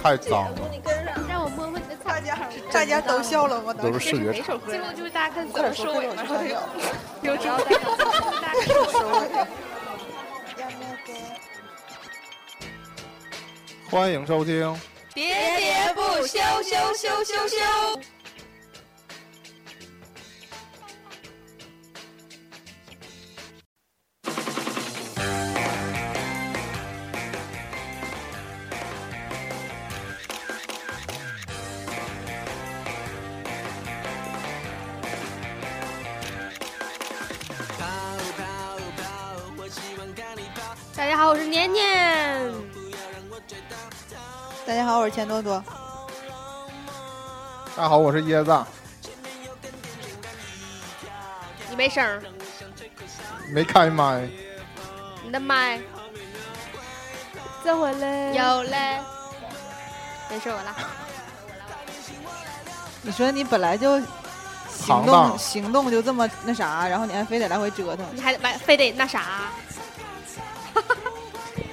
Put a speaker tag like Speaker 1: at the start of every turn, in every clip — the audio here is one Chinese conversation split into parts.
Speaker 1: 太脏了。
Speaker 2: 你跟上，
Speaker 3: 让我摸摸你的草
Speaker 2: 大家
Speaker 3: 场是
Speaker 2: 大家都笑了，我
Speaker 1: 都是
Speaker 2: 当时。
Speaker 1: 视觉场，
Speaker 3: 真的。最后就是大家看怎么收尾嘛，
Speaker 2: 快点
Speaker 3: 有有主播，就是大家看我收尾。
Speaker 1: 欢迎收听。
Speaker 3: 喋喋不休，休休休休。大家好，我是年年。
Speaker 2: 大家好，我是钱多多。
Speaker 1: 大家好，我是椰子，
Speaker 3: 你没声儿，
Speaker 1: 没开麦，
Speaker 3: 你的麦
Speaker 4: 这回嘞，
Speaker 3: 有嘞。没事，我拉。
Speaker 2: 你说你本来就行
Speaker 1: 行当
Speaker 2: 动行动就这么那啥，然后你还非得来回折腾，
Speaker 3: 你还得完，非得那啥，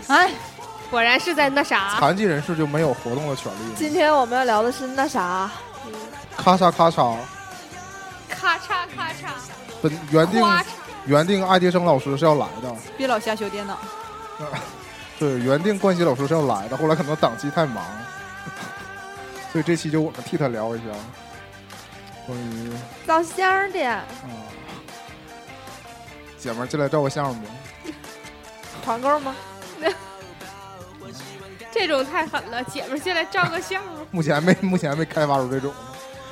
Speaker 2: 哎，
Speaker 3: 果然是在那啥。
Speaker 1: 残疾人士就没有活动的权利。
Speaker 4: 今天我们要聊的是那啥，
Speaker 3: 嗯
Speaker 1: 咔嚓咔嚓，
Speaker 3: 咔嚓咔嚓，
Speaker 1: 本原定
Speaker 3: 咔嚓。
Speaker 1: 原定爱迪生老师是要来的，
Speaker 2: 别老瞎修电脑。
Speaker 1: 对，原定冠希老师是要来的，后来可能档期太忙， 所以这期就我们替他聊一下。关于
Speaker 4: 照相的，
Speaker 1: 啊，姐们儿进来照个相吧。
Speaker 4: 团购吗？
Speaker 3: 这种太狠了，姐们儿进来照个相。啊
Speaker 1: 目前还没 目前还没开发出这种，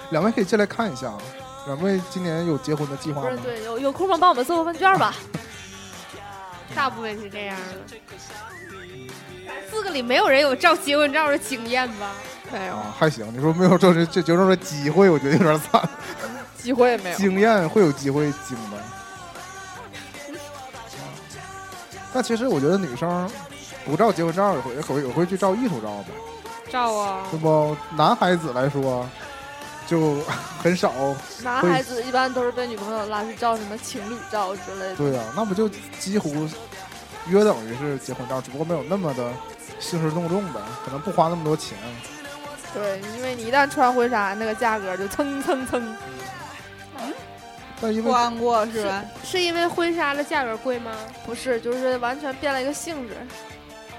Speaker 1: 两位可以进来看一下。啊两位今年有结婚的计划
Speaker 4: 不是，
Speaker 1: 吗？
Speaker 4: 对，有有空吗？帮我们做个问卷吧。
Speaker 3: 大部分是这样的。四个里没有人有照结婚照的经验吧？
Speaker 4: 没有，
Speaker 1: 啊，还行。你说没有这这这就这的机会，我觉得有点惨。
Speaker 4: 机会也没有。
Speaker 1: 经验会有机会啊经 的。但其实我觉得女生不照结婚照也会也会也会去照艺术照吧，
Speaker 3: 照啊
Speaker 1: 对，不？男孩子来说就很少，
Speaker 4: 男孩子一般都是被女朋友拉去照什么情侣照之类的。
Speaker 1: 对 啊，那不就几乎约等于是结婚照，只不过没有那么的兴师动众呗，可能不花那么多钱。
Speaker 4: 对，因为你一旦穿婚纱，那个价格就蹭蹭蹭。
Speaker 1: 但因为
Speaker 2: 穿过是吧？
Speaker 3: 是因为婚纱的价格贵吗？
Speaker 4: 不是，就是完全变了一个性质，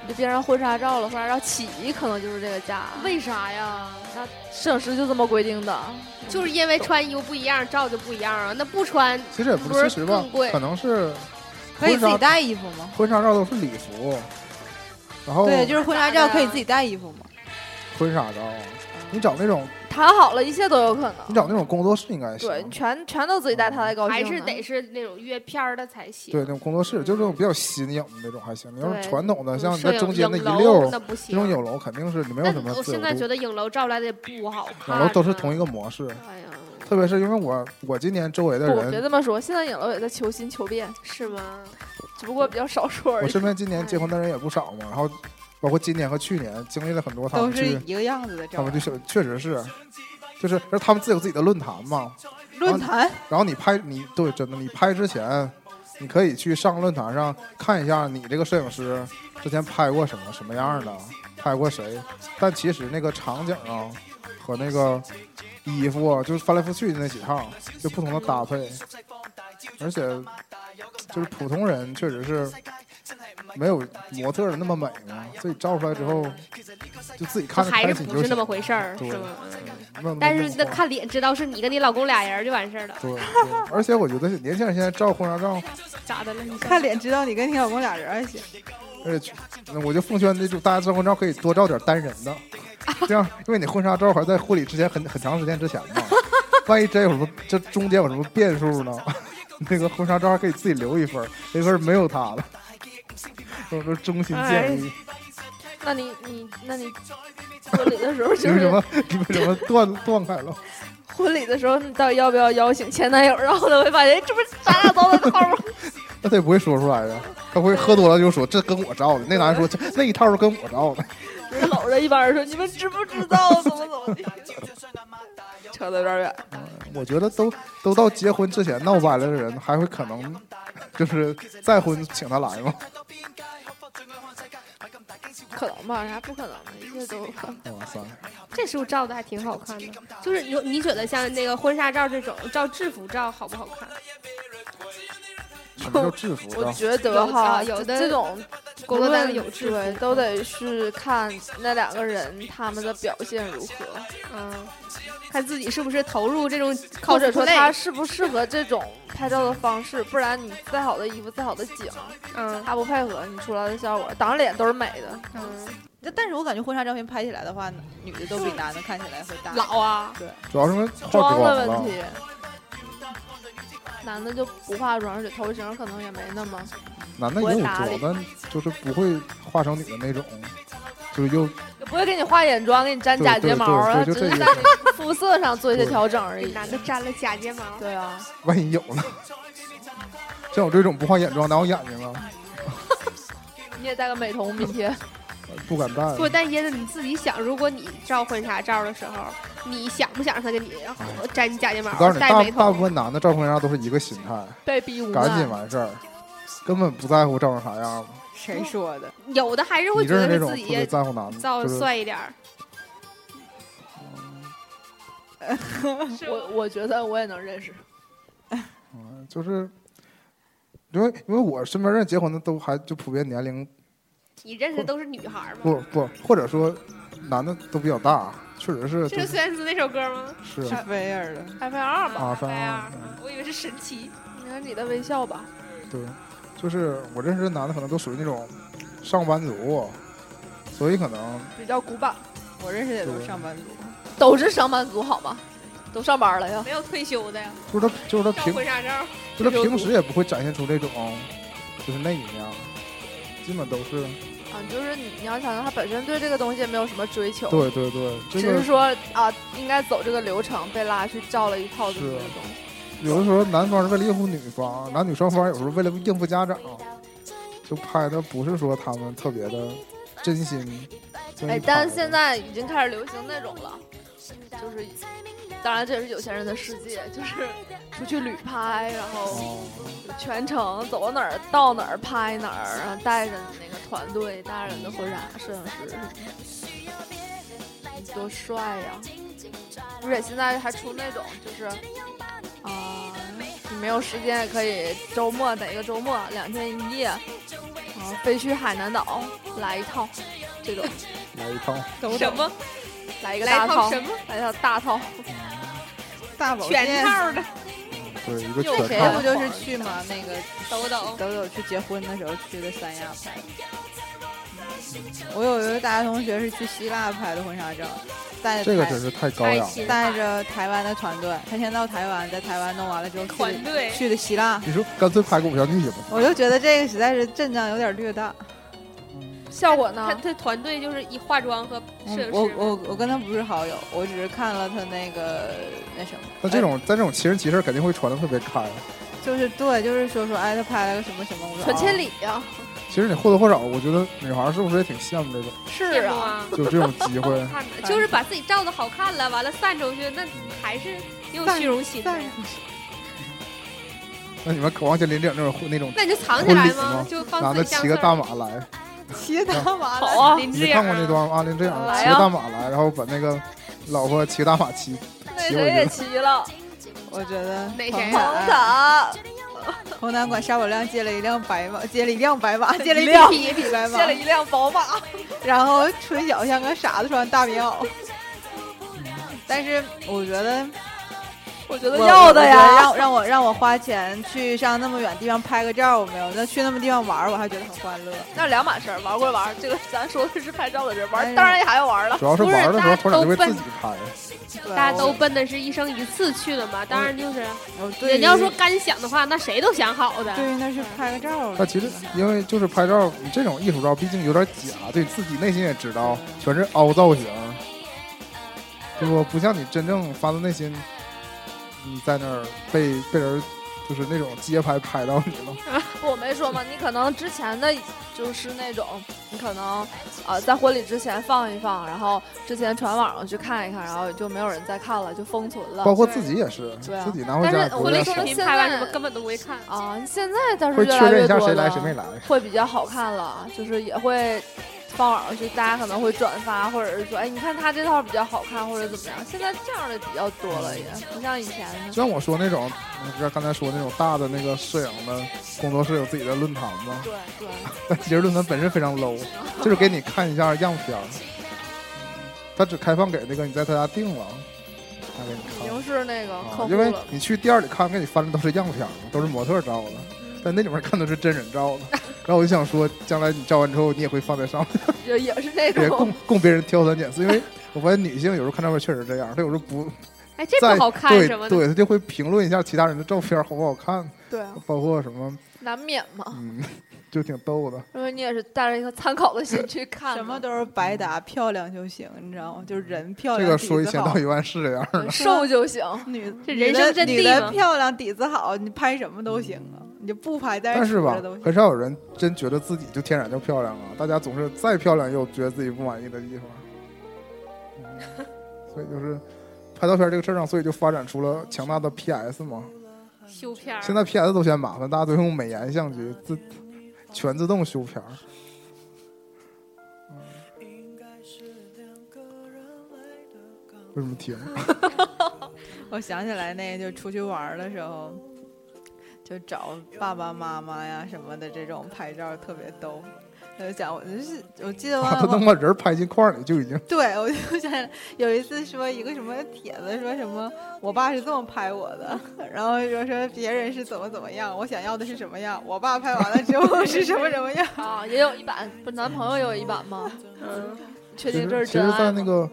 Speaker 4: 你就变成婚纱照了。婚纱照起可能就是这个价，
Speaker 3: 为啥呀？
Speaker 4: 摄影师就这么规定的。
Speaker 3: 就是因为穿衣服不一样，照就不一样啊。那不穿
Speaker 1: 其实也不
Speaker 3: 不是
Speaker 1: 是，其实吧
Speaker 3: 更贵，
Speaker 1: 可能是啊
Speaker 2: 可以
Speaker 1: 婚
Speaker 2: 自己
Speaker 1: 纱
Speaker 2: 带衣服吗？
Speaker 1: 婚纱照都是礼服，然后
Speaker 2: 对，就是婚纱照
Speaker 3: 咋的
Speaker 2: 可以自己带衣服吗？
Speaker 1: 婚纱照，你找那种
Speaker 4: 谈好了，一切都有可
Speaker 1: 你
Speaker 4: 能。
Speaker 1: 找那种工作室应该行，
Speaker 4: 对，你全全都自己带，他才高兴啊
Speaker 3: 还
Speaker 4: 呢。
Speaker 3: 是得是那种约片儿的才行。
Speaker 1: 对那种工作室，就是那种比较新颖的那种还行。你要是
Speaker 4: 对
Speaker 1: 传统的，
Speaker 3: 嗯，
Speaker 1: 像你
Speaker 3: 摄
Speaker 1: 在
Speaker 3: 影
Speaker 1: 中间那一
Speaker 3: 影楼
Speaker 1: 溜
Speaker 3: 那
Speaker 1: 儿，
Speaker 3: 不行。
Speaker 1: 那种影楼肯定是你没有什么
Speaker 3: 但我
Speaker 1: 自由
Speaker 3: 现在觉
Speaker 1: 度，
Speaker 3: 得影楼照出来的也不好看。啊
Speaker 1: 影楼都是同一。个模式。
Speaker 3: 哎呀，
Speaker 1: 特别是因为我我今年周围的
Speaker 4: 不，别
Speaker 1: 人，
Speaker 4: 这么说，现在影楼也在求新求变，
Speaker 3: 是吗？
Speaker 4: 只不过比较少数而
Speaker 1: 我
Speaker 4: 已。
Speaker 1: 身边今年结婚的人也不少嘛，然后包括今年和去年经历了很多他
Speaker 2: 都
Speaker 1: 们
Speaker 2: 是
Speaker 1: 去，
Speaker 2: 一个样子的
Speaker 1: 他
Speaker 2: 照
Speaker 1: 们。就是确实是，就是而他们自己有自己的论坛嘛，
Speaker 2: 论坛
Speaker 1: 然后你拍你对真的你拍之前，你可以去上论坛上看一下你这个摄影师之前拍过什么什么样的，拍过谁，但其实那个场景啊和那个衣服啊，就是翻来覆去的那几套，就不同的搭配，而且就是普通人确实是没有模特的那么美嘛，所以照出来之后就自己
Speaker 3: 就
Speaker 1: 看着
Speaker 3: 还
Speaker 1: 开
Speaker 3: 是
Speaker 1: 心
Speaker 3: 不是那么回事儿，
Speaker 1: 对
Speaker 3: 是吗？嗯
Speaker 1: 没有那么
Speaker 3: 但是那
Speaker 1: 花
Speaker 3: 看脸知道是你跟你老公俩人就完事儿了，
Speaker 1: 对，对而且我觉得年轻人现在照婚纱照。
Speaker 3: 咋的了？你
Speaker 2: 看脸知道你跟你老公俩人还行。
Speaker 1: 而且，那我就奉劝那种大家照婚照可以多照点单人的，这样，因为你婚纱照还在婚礼之前很很长时间之前嘛，万一真有什么这中间有什么变数呢？ 那个婚纱照还可以自己留一份儿，那份儿没有他了。我说衷心建议，
Speaker 4: 哎那你你那你婚礼的时候
Speaker 1: 你
Speaker 4: 就
Speaker 1: 为什
Speaker 4: 是
Speaker 1: 么你为什么断断开了？
Speaker 4: 婚礼的时候，你到底要不要邀请前男友？然后呢，会发现哎这不是咱俩糟的套吗？
Speaker 1: 那他也不会说出来呀，他不会喝多了就说这跟我照的，那男人说这那一套是跟我照的，
Speaker 4: 就是搂着一帮人说你们知不知道怎么怎么地，扯得有点远。
Speaker 1: 我觉得都都到结婚之前闹掰了的人，还会可 能就是再婚请他来吗？
Speaker 4: 可能吧，啥不可能的，一切都有可能。
Speaker 1: 哇 塞，
Speaker 3: 这时候照的还挺好看的，就是有你觉得像那个婚纱照这种照制服照好不好看？
Speaker 1: 什么叫制服
Speaker 4: 我
Speaker 1: 照？
Speaker 4: 觉得哈，
Speaker 3: 有的
Speaker 4: 这这种
Speaker 3: 工作单位
Speaker 4: 无论
Speaker 3: 有制
Speaker 4: 对
Speaker 3: 服，
Speaker 4: 都得是看那两个人他们的表现如何，
Speaker 3: 嗯，看自己是不是投入这种 cosplay，
Speaker 4: 或者说他适不适合这种拍照的方式，不然你再好的衣服、再好的景，
Speaker 3: 嗯
Speaker 4: 他不配合，你出来的效果挡着脸都是美的。
Speaker 3: 嗯
Speaker 2: 但但是我感觉婚纱照片拍起来的话，女的都比男的看起来会大。
Speaker 3: 老啊，
Speaker 1: 主要是因为化
Speaker 4: 妆
Speaker 1: 妆
Speaker 4: 的
Speaker 1: 了
Speaker 4: 问，题，男的就不化妆，而且头型可能也没那么。
Speaker 1: 男的也有
Speaker 4: 我打
Speaker 1: 妆
Speaker 4: 理，
Speaker 1: 但就是不会化成女的那种，就是又
Speaker 4: 也不会给你画眼妆，给你粘假
Speaker 1: 对对
Speaker 4: 睫毛啊，
Speaker 1: 对
Speaker 4: 只
Speaker 1: 对就是这
Speaker 4: 在
Speaker 1: 意
Speaker 4: 你肤色上做一些调整而
Speaker 3: 给
Speaker 4: 已。
Speaker 3: 男的粘了假睫毛，
Speaker 4: 对啊，
Speaker 1: 万一有呢？ 像我这种不化眼妆，哪有眼睛啊？
Speaker 4: 你也戴个美瞳，明 天
Speaker 1: 不敢戴。
Speaker 3: 不，但椰子你自己想，如果你照婚纱照的时候，你想不想让他给你粘嗯你假睫毛
Speaker 1: 我告诉、你，
Speaker 3: 戴
Speaker 1: 大
Speaker 3: 美
Speaker 1: 大部
Speaker 3: 瞳？
Speaker 1: 分男的照婚纱都是一个心态，
Speaker 4: 被逼无
Speaker 1: 赶紧
Speaker 4: 奈。
Speaker 1: 完事儿，根本不在乎照成啥样。
Speaker 2: 谁说的？
Speaker 3: 有的还是会
Speaker 1: 你
Speaker 3: 觉
Speaker 1: 认识
Speaker 3: 得
Speaker 1: 那
Speaker 3: 是
Speaker 1: 种
Speaker 3: 自
Speaker 1: 特别
Speaker 3: 己
Speaker 1: 在乎男的，
Speaker 3: 造
Speaker 1: 就
Speaker 3: 的
Speaker 1: 是
Speaker 3: 帅一点儿，嗯
Speaker 4: 我我觉得我也能认识，
Speaker 1: 嗯，就是因为因为我身边认识结婚的都还就普遍年龄
Speaker 3: 你认识的都是女孩儿吗？
Speaker 1: 不不，或者说男的都比较大，确实是
Speaker 3: 这
Speaker 1: 就
Speaker 3: 是孙燕姿那首歌吗？
Speaker 1: 是
Speaker 2: 是菲儿的。
Speaker 4: f L 吧？
Speaker 1: 啊，
Speaker 3: 哎
Speaker 1: 三
Speaker 3: 呀
Speaker 1: 二，
Speaker 3: 我以为是神奇。
Speaker 4: 你看你的微笑吧，
Speaker 1: 对，就是我认识的男的可能都属于那种上班族，所以可能
Speaker 4: 比较古板，
Speaker 2: 我认识的都是上班族，
Speaker 4: 都是上班族好吗？都上班了呀。
Speaker 3: 没有退休的呀，
Speaker 1: 就是他就是他
Speaker 3: 照
Speaker 1: 平
Speaker 3: 婚纱照，
Speaker 1: 就是他平时也不会展现出这种就是那一面，基本都是
Speaker 4: 啊，就是你你要想想，他本身对这个东西也没有什么追求，
Speaker 1: 对对对，这
Speaker 4: 只是
Speaker 1: 个
Speaker 4: 说啊，应该走这个流程，被拉去照了一套这么
Speaker 1: 啊
Speaker 4: 一个东西。
Speaker 1: 有的时候男方是为了应付女方，男女双方有时候为了应付家长，就拍的不是说他们特别的真心。所以
Speaker 4: 哎，但
Speaker 1: 拍
Speaker 4: 是
Speaker 1: 的
Speaker 4: 现在已经开始流行那种了，就是，当然这也是有钱人的世界，就是出去旅拍，然后
Speaker 1: 哦
Speaker 4: 全程走到哪儿到哪儿拍哪儿，然后带着你那个团队，带着你的婚纱摄影师什么的，多帅呀！而且现在还出那种就是，啊、你没有时间也可以周末哪个周末两天一夜，然后飞去海南岛来一套，这种
Speaker 1: 来一趟，
Speaker 2: 都
Speaker 3: 什么
Speaker 4: 来一个
Speaker 3: 来
Speaker 4: 大
Speaker 3: 一套
Speaker 4: 套，
Speaker 3: 什么
Speaker 4: 来一套大套，
Speaker 2: 大保
Speaker 3: 全
Speaker 2: 健，
Speaker 3: 套的，
Speaker 1: 对一个
Speaker 4: 又
Speaker 1: 全
Speaker 4: 谁
Speaker 2: 这
Speaker 1: 套
Speaker 4: 呀。
Speaker 2: 不就是去吗？那个
Speaker 3: 抖抖
Speaker 2: 抖抖去结婚的时候去的三亚拍的。我有一个大学同学是去希腊拍的婚纱照，带着
Speaker 1: 这个
Speaker 2: 台
Speaker 1: 真是太高雅了。
Speaker 2: 带着台湾的团队，他先到台湾，在台湾弄完了之后去
Speaker 3: 团队
Speaker 2: 去的希腊，
Speaker 1: 你说干脆拍个偶像剧吧。
Speaker 2: 我就觉得这个实在是阵仗有点略大。
Speaker 4: 效果
Speaker 3: 他
Speaker 4: 呢？
Speaker 3: 他团队就是以化妆和摄影师，
Speaker 2: 嗯我我我跟他不是好友，我只是看了他那个那什么。
Speaker 1: 那哦这种在这种奇人奇事儿肯定会传的特别开。
Speaker 2: 哎就是对，就是说说哎，他拍了个什么什么，我说
Speaker 4: 纯
Speaker 2: 啊
Speaker 4: 千里呀、
Speaker 1: 其实你或多或少，我觉得女孩儿是不是也挺羡慕这种，
Speaker 4: 是
Speaker 3: 羡慕
Speaker 4: 啊，
Speaker 3: 啊，。
Speaker 1: 就这种机会
Speaker 3: 看的就是把自己照的好看了，完了散出去，那还是有虚荣心的
Speaker 2: 散。
Speaker 1: 那你们渴望像林志颖那种那种
Speaker 3: 那你就藏起来
Speaker 1: 婚礼
Speaker 3: 吗
Speaker 1: 吗？
Speaker 3: 就放
Speaker 1: 男
Speaker 3: 自
Speaker 1: 的
Speaker 3: 己相
Speaker 1: 骑
Speaker 3: 册
Speaker 1: 个
Speaker 3: 儿。
Speaker 1: 大马来，
Speaker 2: 骑他妈
Speaker 4: 好
Speaker 2: 了，
Speaker 4: 啊，
Speaker 1: 你
Speaker 3: 林志
Speaker 1: 没
Speaker 3: 颖
Speaker 1: 看过那
Speaker 3: 啊
Speaker 1: 段吗？啊，林志颖
Speaker 4: 来哦
Speaker 1: 骑个
Speaker 4: 呀
Speaker 1: 大马来，然后把那个老婆骑个大马骑，
Speaker 4: 那
Speaker 1: 骑
Speaker 4: 谁
Speaker 1: 回
Speaker 4: 也
Speaker 1: 去
Speaker 4: 骑了，
Speaker 2: 我觉得
Speaker 3: 哪
Speaker 2: 彭
Speaker 1: 哎
Speaker 3: 谁
Speaker 4: 红
Speaker 3: 啊
Speaker 2: 坦
Speaker 4: 毯。
Speaker 2: 红毯管沙宝亮借了一辆白马， 借了一辆白 马，借了一
Speaker 4: 辆
Speaker 2: 匹匹白马
Speaker 4: 借，了一辆宝马，
Speaker 2: 然后春晓像个傻子穿大棉 袄。但是我觉得
Speaker 4: 我觉
Speaker 2: 我
Speaker 4: 得要的
Speaker 2: 我觉得
Speaker 4: 呀。
Speaker 2: 让让我让我花钱去上那么远地方拍个照，我没有。那去那么地方玩儿，我还觉得很欢乐。
Speaker 4: 那两码事儿，玩归玩，这个咱说的是拍照的人，
Speaker 2: 哎
Speaker 4: 玩当然也还要玩了。
Speaker 1: 主要是
Speaker 3: 不是
Speaker 1: 玩儿的时
Speaker 3: 大
Speaker 1: 候
Speaker 3: 家
Speaker 1: 头两就会
Speaker 3: 都
Speaker 1: 自己拍。
Speaker 2: 对
Speaker 3: 大家都
Speaker 2: 我
Speaker 3: 奔的是一生一次去的嘛，当然就是，
Speaker 4: 嗯
Speaker 2: 我对于
Speaker 3: 人要说干想的话，那谁都想好的。
Speaker 2: 对于那是拍个照儿，
Speaker 1: 但其实因为就是拍照，你这种艺术照毕竟有点假，对你自己内心也知道，全是凹造型，对不？不像你真正发自内心，你在那儿被被人就是那种街拍拍到你
Speaker 4: 哦
Speaker 1: 了，
Speaker 4: 我没说嘛，你可能之前的就是那种，你可能呃在婚礼之前放一放，然后之前传网上去看一看，然后就没有人再看了，就封存了。
Speaker 1: 包括自己也是，
Speaker 4: 对啊
Speaker 1: 自己拿回
Speaker 3: 但
Speaker 1: 家也
Speaker 3: 是
Speaker 1: 不
Speaker 3: 婚
Speaker 1: 会再
Speaker 3: 礼视
Speaker 1: 晒
Speaker 3: 频
Speaker 4: 现
Speaker 3: 拍完
Speaker 4: 在
Speaker 3: 什么根本都不会看。
Speaker 4: 啊，现在倒是
Speaker 1: 会
Speaker 4: 越
Speaker 1: 确
Speaker 4: 来
Speaker 1: 认
Speaker 4: 越
Speaker 1: 一下
Speaker 4: 多
Speaker 1: 谁
Speaker 4: 了，
Speaker 1: 来谁没来。
Speaker 4: 会比较好看了，就是也会放网上去，大家可能会转发，或者是说，哎，你看他这套比较好看，或者怎么样。现在这样的比较多了也，不像以前
Speaker 1: 嗯就像
Speaker 4: 了。
Speaker 1: 我说那种，像刚才说那种大的那个摄影的工作室有自己的论坛嘛，
Speaker 4: 对对，
Speaker 1: 但 其实论坛本身非常 low，就是给你看一下样片儿，他只开放给那个你在他家订了，他给你
Speaker 4: 已
Speaker 1: 看。
Speaker 4: 经是那个客
Speaker 1: 啊，
Speaker 4: 户
Speaker 1: 因为
Speaker 4: 了。
Speaker 1: 你去店儿里看，给你翻的都是样片儿嘛，都是模特照的，但那里面看的是真人照的。 然后我就想说，将来你照完之后，你也会放在上
Speaker 4: 也也是那
Speaker 1: 面，
Speaker 4: 种
Speaker 1: 供供别人挑三拣四。因为我发现女性有时候看照片确实这样，她有时候不
Speaker 3: 哎，这
Speaker 1: 在
Speaker 3: 不好看
Speaker 1: 对
Speaker 3: 什么的，
Speaker 1: 对，她就会评论一下其他人的照片好不好看，
Speaker 4: 对啊，
Speaker 1: 包括什么
Speaker 4: 难免嘛，
Speaker 1: 嗯，就挺逗的。
Speaker 4: 因为你也是带着一个参考的心去看的，
Speaker 2: 什么都是白搭，漂亮就行，你知道吗？就是人漂
Speaker 1: 这
Speaker 2: 亮，
Speaker 1: 个
Speaker 2: 底
Speaker 1: 说一
Speaker 2: 子
Speaker 1: 千
Speaker 2: 好
Speaker 1: 道一万是这样。
Speaker 4: 瘦就行。
Speaker 2: 女
Speaker 3: 这
Speaker 2: 女
Speaker 3: 人
Speaker 2: 的
Speaker 3: 生真
Speaker 2: 女
Speaker 3: 谛
Speaker 2: 的
Speaker 3: 嘛
Speaker 2: 漂亮，底子好，你拍什么都行啊，你就不拍， 但
Speaker 1: 但是
Speaker 2: 是
Speaker 1: 吧
Speaker 2: 杵着都，行
Speaker 1: 很少有人真觉得自己就天然就漂亮啊！大家总是再漂亮也有觉得自己不满意的地 方，嗯所以就是拍照片这个事儿上，所以就发展出了强大的 PS 嘛。
Speaker 3: 修
Speaker 2: 啊
Speaker 3: 片儿。
Speaker 1: 现在 PS 都嫌麻烦，大家都用美颜相机自全自动修片儿。为什么停？
Speaker 2: 我想起来那个，就出去玩儿的时候，就找爸爸妈妈呀什么的这种拍照特别逗。我就想，我就是我记 得
Speaker 1: 把他能
Speaker 2: 我，
Speaker 1: 把人儿拍进框里就已经
Speaker 2: 对我就想起来有一次说一个什么帖子，说什么我爸是这么拍我的，然后说说别人是怎么怎么样，我想要的是什么样，我爸拍完了之后 是什么什么样。
Speaker 4: 啊，也有一版，不是男朋友也有一版吗？
Speaker 3: 嗯，
Speaker 4: 确
Speaker 1: 其
Speaker 4: 定
Speaker 1: 实
Speaker 4: 这是
Speaker 1: 其
Speaker 4: 真
Speaker 1: 实，
Speaker 4: 爱
Speaker 1: 在
Speaker 4: 吗
Speaker 1: 那个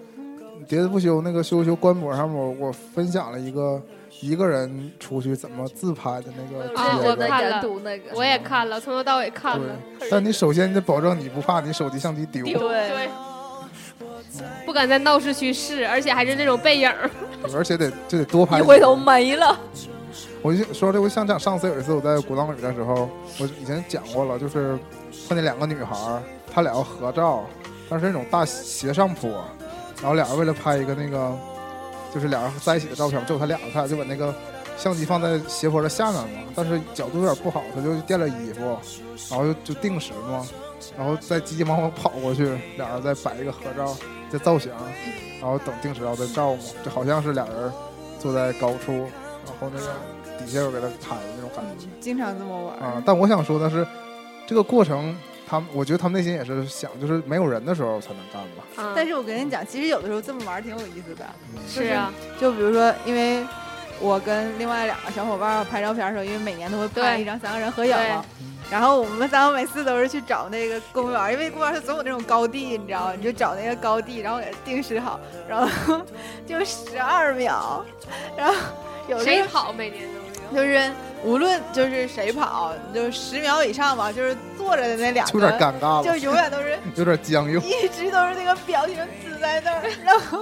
Speaker 1: 喋喋不休那个休休官博上面，我我分享了一个一个人出去怎么自拍的那个
Speaker 4: 我
Speaker 3: 啊
Speaker 1: 帖
Speaker 4: 认
Speaker 1: 子。
Speaker 4: 真
Speaker 3: 我
Speaker 4: 的
Speaker 3: 看
Speaker 4: 研
Speaker 3: 了
Speaker 4: 读那个，
Speaker 3: 我也看了，从头到尾看了，
Speaker 1: 对，但你首先你得保证你不怕你手机相机丢，
Speaker 3: 丢
Speaker 2: 对
Speaker 3: 对，不敢在闹市区试，而且还是那种背影儿。
Speaker 1: 而且得就得多拍。
Speaker 4: 一回头，没了。
Speaker 1: 我就说这，我想讲上次有一次我在鼓浪屿的时候，我以前讲过了，就是碰见两个女孩儿，她俩要合照，但是那种大斜上坡，然后俩人为了拍一个那个，就是俩人在一起的照片，只有她俩，她俩就把那个相机放在斜坡的下面嘛，但是角度有点不好，她就垫了衣服，然后就就定时嘛，然后再急急忙忙跑过去，俩人再摆一个合照，再造型，然后等定时然后再照嘛，就好像是俩人坐在高处，然后那个底下有给他拍的那种感觉
Speaker 2: 经常这么玩儿。
Speaker 1: 啊。但我想说的是，这个过程，他们我觉得他们内心也是想，就是没有人的时候才能干吧。
Speaker 3: 啊
Speaker 2: 但是我跟你讲，其实有的时候这么玩儿挺有意思的。
Speaker 3: 是啊，
Speaker 2: 就比如说，因为我跟另外两个小伙伴儿拍照片儿的时候，因为每年都会拍
Speaker 3: 对
Speaker 2: 一张三个人合影嘛。然后我们三个每次都是去找那个公园儿，因为公园儿它总有那种高地，你知道吗？你就找那个高地，然后给它定时好，然后 就十二秒，然后有的
Speaker 3: 谁跑每年都有。
Speaker 2: 就是无论就是谁跑，就十秒以上吧，就是坐着的那两
Speaker 1: 就有点
Speaker 2: 个，
Speaker 1: 尴尬
Speaker 2: 就
Speaker 1: 了，
Speaker 2: 永远都是
Speaker 1: 有点僵硬。
Speaker 2: 一直都是那个表情死在那儿，然后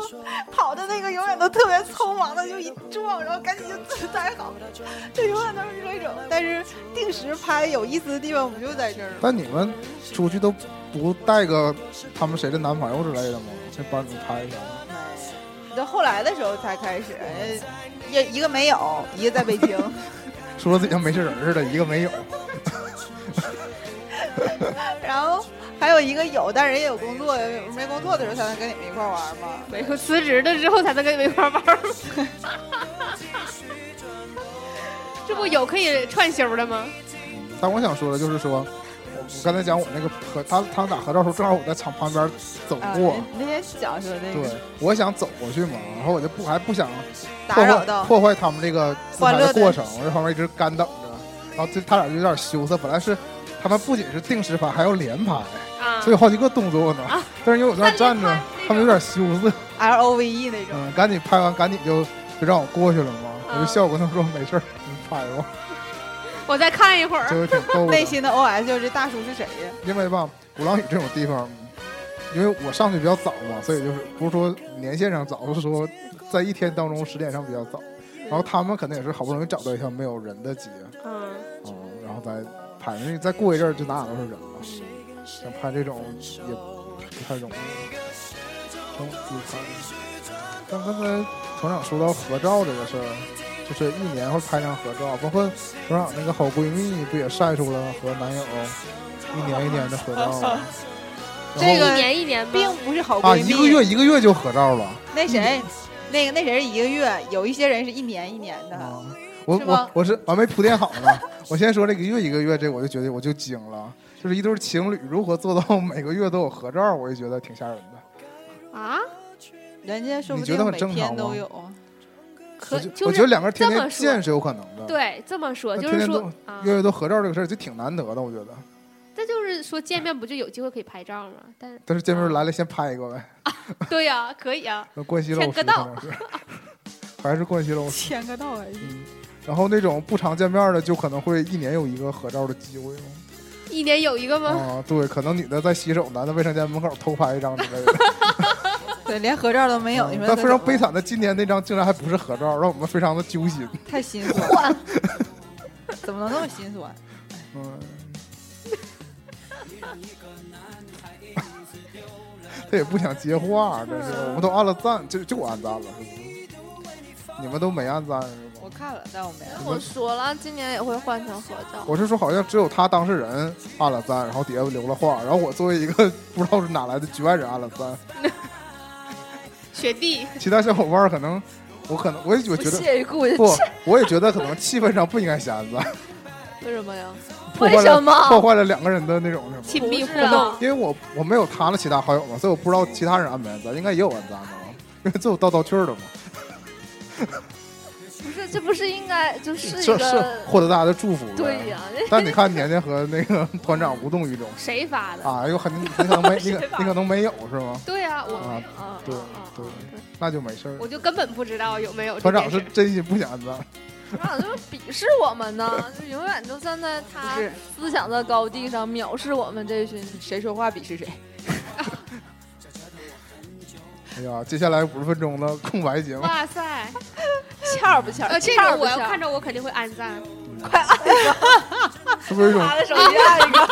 Speaker 2: 跑的那个永远都特别匆忙的，就一撞，然后赶紧就自拍好， 就永远都是这种。但是定时拍有意思的地方不就在这儿吗？
Speaker 1: 但你们出去都不带个他们谁的男朋友之类的吗？这帮你们拍一下。
Speaker 2: 到后来的时候才开始，也一个没有，一个在北京，
Speaker 1: 说自己像没事人似的，一个没有，
Speaker 2: 然后还有一个有，但人也有工作，没工作的时候才能跟你们一块玩嘛。
Speaker 3: 没有辞职了之后才能跟你们一块玩儿。这不有可以串休的吗？
Speaker 1: 但我想说的就是说，我我刚才讲我那个和他他们俩合照的时候，正好我在场旁边走
Speaker 2: 啊，
Speaker 1: 过，
Speaker 2: 那天小时候那
Speaker 1: 对
Speaker 2: 个，
Speaker 1: 我想走过去嘛，然后我就不还不想
Speaker 2: 打
Speaker 1: 破
Speaker 2: 扰
Speaker 1: 坏
Speaker 2: 到，
Speaker 1: 破坏他们这个自拍
Speaker 2: 欢乐
Speaker 1: 的
Speaker 2: 的
Speaker 1: 过程，我在旁边一直干等着，然后这他俩就有点羞涩，本来是他们不仅是定时拍，还要连拍，
Speaker 3: 啊
Speaker 1: 所以，有好几个动作呢，但是因为我在那站着
Speaker 3: 那连拍，
Speaker 1: 他们有点羞涩，
Speaker 2: L O V E 那种，
Speaker 1: 嗯，赶紧拍完赶紧就就让我过去了嘛，我
Speaker 3: 啊
Speaker 1: 就笑跟他们说没事儿，你拍吧，
Speaker 3: 我再看一会儿。
Speaker 1: 就是挺 逗的
Speaker 2: 内。心的 O S 就是这大叔是谁呀？
Speaker 1: 因为吧，鼓浪屿这种地方，因为我上去比较早嘛，所以就是不是说年限上早，是说在一天当中时间上比较早。然后他们可能也是好不容易找到一条没有人的街，
Speaker 3: 嗯，
Speaker 1: 嗯，然后再拍，因为再过一阵儿就哪哪都是人了。像拍这种也不太容易，挺自拍。但刚才团长说到合照这个事儿，就是一年会拍张合照，包括团长那 个好闺蜜不也晒出了和男友一年一年的合照吗？然
Speaker 2: 这
Speaker 1: 后
Speaker 2: 个
Speaker 3: 一年一年吗？
Speaker 2: 并不是好闺
Speaker 1: 啊，
Speaker 2: 蜜。
Speaker 1: 一个月一个月就合照了。
Speaker 2: 那谁，
Speaker 1: 嗯
Speaker 2: 那个那谁是一个月，有一些人是一年一年的。
Speaker 1: 啊，我
Speaker 2: 是吗
Speaker 1: 我我是我还没铺垫好呢。我先说这个月一个月，这我就觉得我就惊了，就是一对情侣如何做到 每个月都有合照，我就觉得挺吓人的。
Speaker 3: 啊，
Speaker 2: 人家说不
Speaker 1: 你觉
Speaker 2: 定
Speaker 1: 得很
Speaker 2: 每
Speaker 1: 正
Speaker 2: 天
Speaker 1: 常
Speaker 2: 都
Speaker 1: 吗
Speaker 2: 有啊。
Speaker 3: 可
Speaker 1: 我觉
Speaker 3: 就
Speaker 1: 我觉得
Speaker 3: 是
Speaker 1: 两个人天
Speaker 3: 这
Speaker 1: 天
Speaker 3: 么说
Speaker 1: 见是有可能的。，
Speaker 3: 对这么说，
Speaker 1: 那
Speaker 3: 就
Speaker 1: 天
Speaker 3: 是
Speaker 1: 天
Speaker 3: 说啊，
Speaker 1: 月月都合照这个事儿就挺难得的，我觉得。
Speaker 3: 这就是说见面不就有机会可以拍照吗？但
Speaker 1: 但是见面来了先拍一个呗，
Speaker 3: 对呀，可以啊，
Speaker 1: 那关系漏
Speaker 3: 签个
Speaker 1: 失
Speaker 3: 到
Speaker 1: 可能是，还是关系漏失。
Speaker 2: 签个到而已。
Speaker 1: 嗯，然后那种不常见面的，就可能会一年有一个合照的机会嘛。
Speaker 3: 一年有一个吗？
Speaker 1: 啊，对，可能女的在洗手，男的卫生间门口偷拍一张之类的。
Speaker 2: 对，连合照都没有，你
Speaker 1: 嗯
Speaker 2: 说
Speaker 1: 但
Speaker 2: 这
Speaker 1: 非常
Speaker 2: 怎么
Speaker 1: 悲惨的，今年那张竟然还不是合照，让我们非常的揪心。
Speaker 2: 太心酸了， 怎么能那么心酸？
Speaker 1: 嗯， 他也不想接话，这是我们都按了赞，就就按赞了，是不是？你们都没按赞是吗？
Speaker 2: 我看了，但我没 有。
Speaker 4: 我说了，今年也会换成合照。
Speaker 1: 我是说，好像只有他当事人按了赞，然后底下留了话，然后我作为一个 不知道是哪来的局外人按了赞，
Speaker 3: 学弟，
Speaker 1: 其他小伙伴可能，我可能我也我觉得
Speaker 4: 屑于顾
Speaker 1: 不，我也觉得可能气氛上不应该先按赞，
Speaker 4: 为什么呀？
Speaker 1: 破坏
Speaker 4: 为什么
Speaker 1: 了破坏了两个人的那种什么。
Speaker 3: 亲密互
Speaker 4: 不是
Speaker 3: 动
Speaker 4: 啊，
Speaker 1: 因为我我没有他的其他好友嘛，所以我不知道其他人安不安赞，应该也有安赞的吧，因为最后道道趣儿的嘛，
Speaker 4: 不是，这不是应该就是一
Speaker 1: 这是
Speaker 4: 个
Speaker 1: 获得大家的祝福呗
Speaker 4: 对呀、
Speaker 1: 但你看年年和那个团长无动于衷
Speaker 3: 谁发的？
Speaker 1: 啊，有很你可能没 你可你可能没有是吗？
Speaker 3: 对呀，我
Speaker 1: 啊
Speaker 3: 没有
Speaker 4: 哎
Speaker 3: 啊，
Speaker 1: 对
Speaker 3: 啊啊
Speaker 1: 对
Speaker 3: 啊对
Speaker 1: 那就没事儿。
Speaker 3: 我就根本不知道有没有这
Speaker 1: 团长
Speaker 3: 件
Speaker 1: 是
Speaker 3: 事。
Speaker 1: 真心不想安赞，
Speaker 4: 团长啊就是鄙视我们呢，就永远就站在他
Speaker 2: 不是
Speaker 4: 思想的高地上藐视我们这群。
Speaker 2: 谁说话鄙视谁？
Speaker 1: 哎呀，接下来五十分钟的空白节目，
Speaker 3: 哇塞，
Speaker 4: 欠不欠？
Speaker 3: 呃，这个我要看着我肯定会按赞。
Speaker 1: 是不是有一种
Speaker 4: 他的手机
Speaker 1: 啊
Speaker 4: 按一个。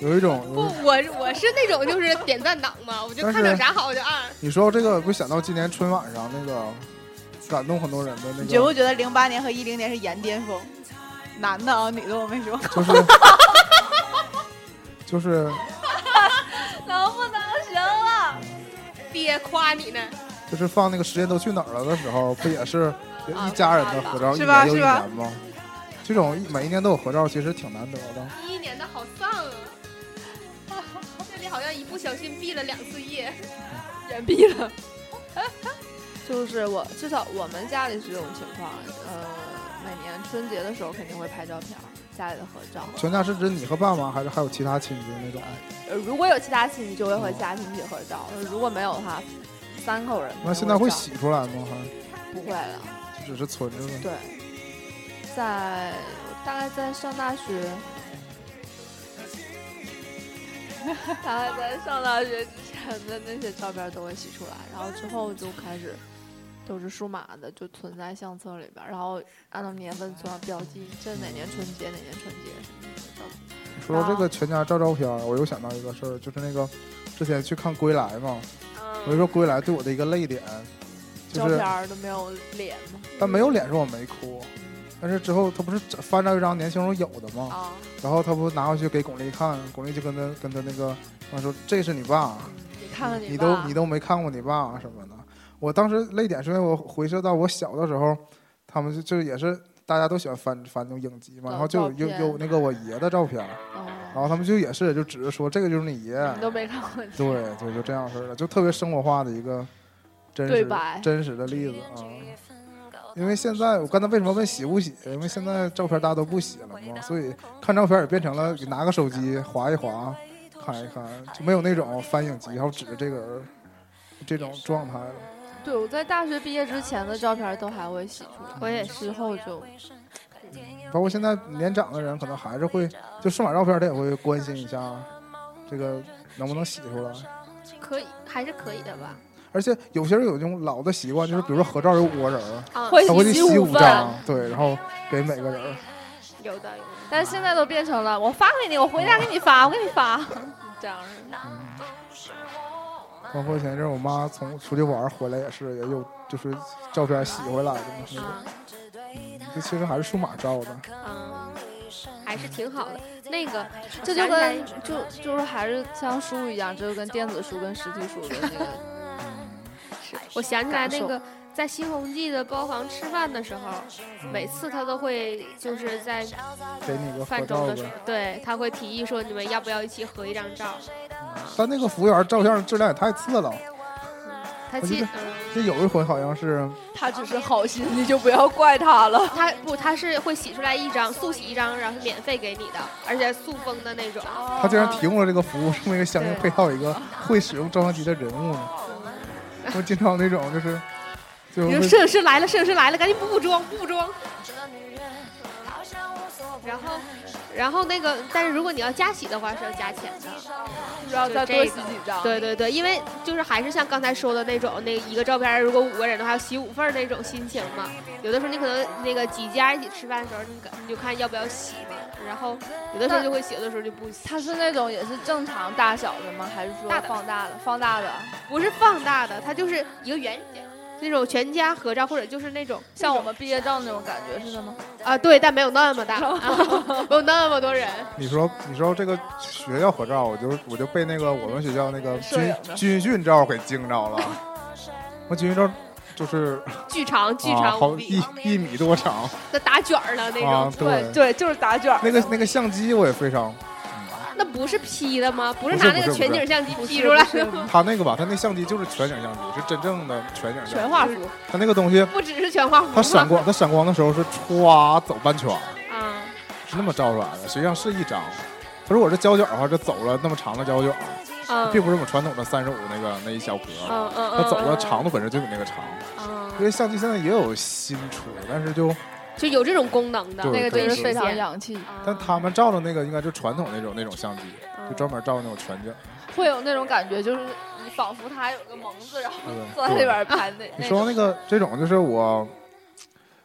Speaker 1: 有一种
Speaker 3: 不，
Speaker 1: 有一
Speaker 3: 我我是那种就是点赞党嘛，我就
Speaker 1: 但
Speaker 3: 看着
Speaker 1: 是
Speaker 3: 啥好我就按。
Speaker 1: 你说这个，我想到今年春晚上那 个感动很多人的那
Speaker 2: 你觉不
Speaker 1: 个，
Speaker 2: 觉得零八年和一零年是颜巅峰？男的啊，女的我没说。
Speaker 1: 就是 就是
Speaker 4: 能不能行了？
Speaker 3: 爹夸你呢，
Speaker 1: 就是放那个《时间都去哪儿了》的时候，不也是一家人的合照，一
Speaker 2: 是吧
Speaker 1: 年又一
Speaker 2: 是吧
Speaker 1: 年吗？这种一每一年都有合照，其实挺难得的。
Speaker 3: 一一年的好丧啊！这里好像一不小心闭了两次业，
Speaker 4: 眼闭了。 就是我，至少我们家里是这种情况。呃，每年春节的时候肯定会拍照片儿，家里的合照。
Speaker 1: 全家是指你和爸妈，还是还有其他亲戚那种？
Speaker 4: 呃如果有其他亲戚，就会和其他亲戚合照；如果没有的话，三口人。
Speaker 1: 那现在会？洗出来吗？
Speaker 4: 不会了。
Speaker 1: 还是只是存着呢？
Speaker 4: 对，在大概在上大学，大概在上大学之前的那些照片都会洗出来，然后之后就开始都是数码的，就存在相册里边儿，然后按照年份做上标记，这哪年春节哪年春节什么的照片。
Speaker 1: 说到这个全家照照片儿，我又想到一个事儿，就是那个之前去看《归来》嘛，我就
Speaker 3: 嗯，
Speaker 1: 说《归来》对我的一个泪点，
Speaker 4: 照
Speaker 1: 就是
Speaker 4: 片儿都没有脸吗？
Speaker 3: 嗯
Speaker 1: 但没有脸说我没哭，但是之后他不是翻到一张年轻时候有的吗？
Speaker 4: 啊，
Speaker 1: 然后他不拿回去给巩俐看，巩俐就跟他跟他那个他说这是你爸，
Speaker 4: 你看看
Speaker 1: 你都
Speaker 4: 爸
Speaker 1: 你，都没看过你爸啊什么的。我当时泪点是因为我回溯到我小的时候，他们就就也是大家都喜欢翻翻那种影集嘛，
Speaker 4: 老
Speaker 1: 然后就有
Speaker 4: 照
Speaker 1: 有
Speaker 4: 片
Speaker 1: 有那个我爷的照片，然
Speaker 4: 哦，
Speaker 1: 后他们就也是就指着说这个就是你爷，
Speaker 4: 你都没看过
Speaker 1: 哎对对就这样式儿的，就特别生活化的一个真
Speaker 4: 对
Speaker 1: 实
Speaker 4: 白
Speaker 1: 真实的例子啊。因为现在我刚才为什么问洗不洗？因为现在照片大家都不洗了嘛，所以看照片也变成了拿个手机划一划，看一看，就没有那种翻影集，然后指着这个人这种状态了。
Speaker 4: 对，我在大学毕业之前的照片儿都还会洗出来，
Speaker 3: 我也
Speaker 4: 之后就
Speaker 1: 包括现在年长的人，可能还是会就数码照片，他也会关心一下这个能不能洗出来。
Speaker 3: 可以还是可以的吧？
Speaker 1: 而且有些人有一种老的习惯，就是比如说合照有五个人儿，
Speaker 3: 啊，
Speaker 4: 会
Speaker 1: 他会去
Speaker 4: 洗
Speaker 1: 洗
Speaker 4: 五
Speaker 1: 五
Speaker 4: 份
Speaker 1: 张，对，然后给每个人儿。
Speaker 3: 有的有的。
Speaker 4: 但是现在都变成了我发给你，我回家给你发，我给你发，这样似的。
Speaker 1: 包括前一阵儿我妈从出去玩儿回来也是，也有就是照片洗回来的嘛，那种
Speaker 3: 啊
Speaker 1: 这其实还是数码照的。
Speaker 3: 嗯，还是挺好的。那
Speaker 4: 那个，这就跟就就是还是像书一样，这就跟电子书跟实体书的那个
Speaker 3: 我想起来
Speaker 4: 感
Speaker 3: 那
Speaker 4: 受
Speaker 3: 个在《新鸿记》的包房吃饭的时候，每次他都会就是在
Speaker 1: 给你个合
Speaker 3: 饭中
Speaker 1: 照
Speaker 3: 的
Speaker 1: 呗
Speaker 3: 时。候，对他会提议说你们要不要一起合一张照？
Speaker 1: 但那个服务员照相质量也太次了。
Speaker 3: 他
Speaker 1: 我
Speaker 3: 其
Speaker 1: 记得
Speaker 3: 嗯，
Speaker 1: 这有一回好像是，
Speaker 4: 他只是好心，你就不要怪他了。
Speaker 3: 他不他是会洗出来一张速洗一张，然后是免费给你的，而且塑封的那种。
Speaker 1: 他竟然
Speaker 4: 啊
Speaker 1: 提供了这个服务，这么一个相应配套一个会使用照相机的人物呢。我经常有那种就是，就
Speaker 3: 你说摄影师来了，摄影师来了，赶紧补补妆，补补妆。然后，然后那个，但是如果你要加洗的话，是要加钱的。
Speaker 4: 不知道再多洗几张。
Speaker 3: 对对对，因为就是还是像刚才说的那种，那一个照片如果五个人的话，要洗五份儿那种心情嘛。有的时候你可能那个几家一起吃饭的时候，你可你就看要不要洗嘛。然后有的时候就会洗，有的时候就不洗。
Speaker 4: 它是那种也是正常大小的吗？还是说
Speaker 3: 大的
Speaker 4: 放大的？放大的，啊
Speaker 3: 不是放大的，它就是一个圆形，那种全家合照或者就是那种
Speaker 4: 像我们毕业照那种感觉似的吗？
Speaker 3: 啊，对，但没有那么大，啊、没有那么多人。
Speaker 1: 你说你说这个学校合照，我就我就被那个我们学校那个
Speaker 4: 摄影
Speaker 1: 军
Speaker 4: 的
Speaker 1: 军训照给惊着 了。我军训照就是
Speaker 3: 巨长巨
Speaker 1: 啊，
Speaker 3: 长无
Speaker 1: 好
Speaker 3: 比
Speaker 1: 一，一米多长
Speaker 3: 那打卷儿的那
Speaker 1: 啊
Speaker 3: 种，，
Speaker 1: 对，
Speaker 4: 对，就是打卷儿。
Speaker 1: 那个那个相机我也非常，嗯
Speaker 3: 那不是 P 的吗？不是
Speaker 1: 不是
Speaker 3: 拿那
Speaker 1: 不
Speaker 3: 个
Speaker 1: 是
Speaker 3: 全
Speaker 1: 不是
Speaker 3: 景相机
Speaker 4: 不是
Speaker 3: P 出来
Speaker 4: 不是
Speaker 3: 的吗？
Speaker 1: 他那个吧，他那相机就是全景相机，是真正的全景相
Speaker 4: 全
Speaker 1: 机。
Speaker 4: 画幅，
Speaker 1: 他那个东西，
Speaker 3: 不只是全画幅嘛，
Speaker 1: 它闪光，它闪光的时候是歘走半圈儿，
Speaker 3: 啊，
Speaker 1: 是那么照出来的，实际上是一张。可是我这胶卷的话，这走了那么长的胶卷，
Speaker 3: 嗯
Speaker 1: 并不是我们传统的三十五那个那一小格，
Speaker 3: 嗯嗯，
Speaker 1: 它走了
Speaker 3: 嗯
Speaker 1: 长，度本身就比那个长。
Speaker 3: 嗯
Speaker 1: 因为相机现在也有新出，但是就
Speaker 3: 就有这种功能的，
Speaker 1: 对
Speaker 4: 那个
Speaker 1: 对
Speaker 4: 真
Speaker 1: 对
Speaker 4: 是非常
Speaker 3: 对
Speaker 4: 洋气，
Speaker 3: 啊
Speaker 1: 但他们照的那个应该就传统那种那种相机，
Speaker 3: 嗯
Speaker 1: 就专门照那种全景。
Speaker 4: 会有那种感觉，就是你仿佛他有个蒙子，然后
Speaker 1: 对
Speaker 4: 坐在里边拍那
Speaker 1: 你
Speaker 4: 那
Speaker 1: 说
Speaker 4: 种。
Speaker 1: 那个这种就是我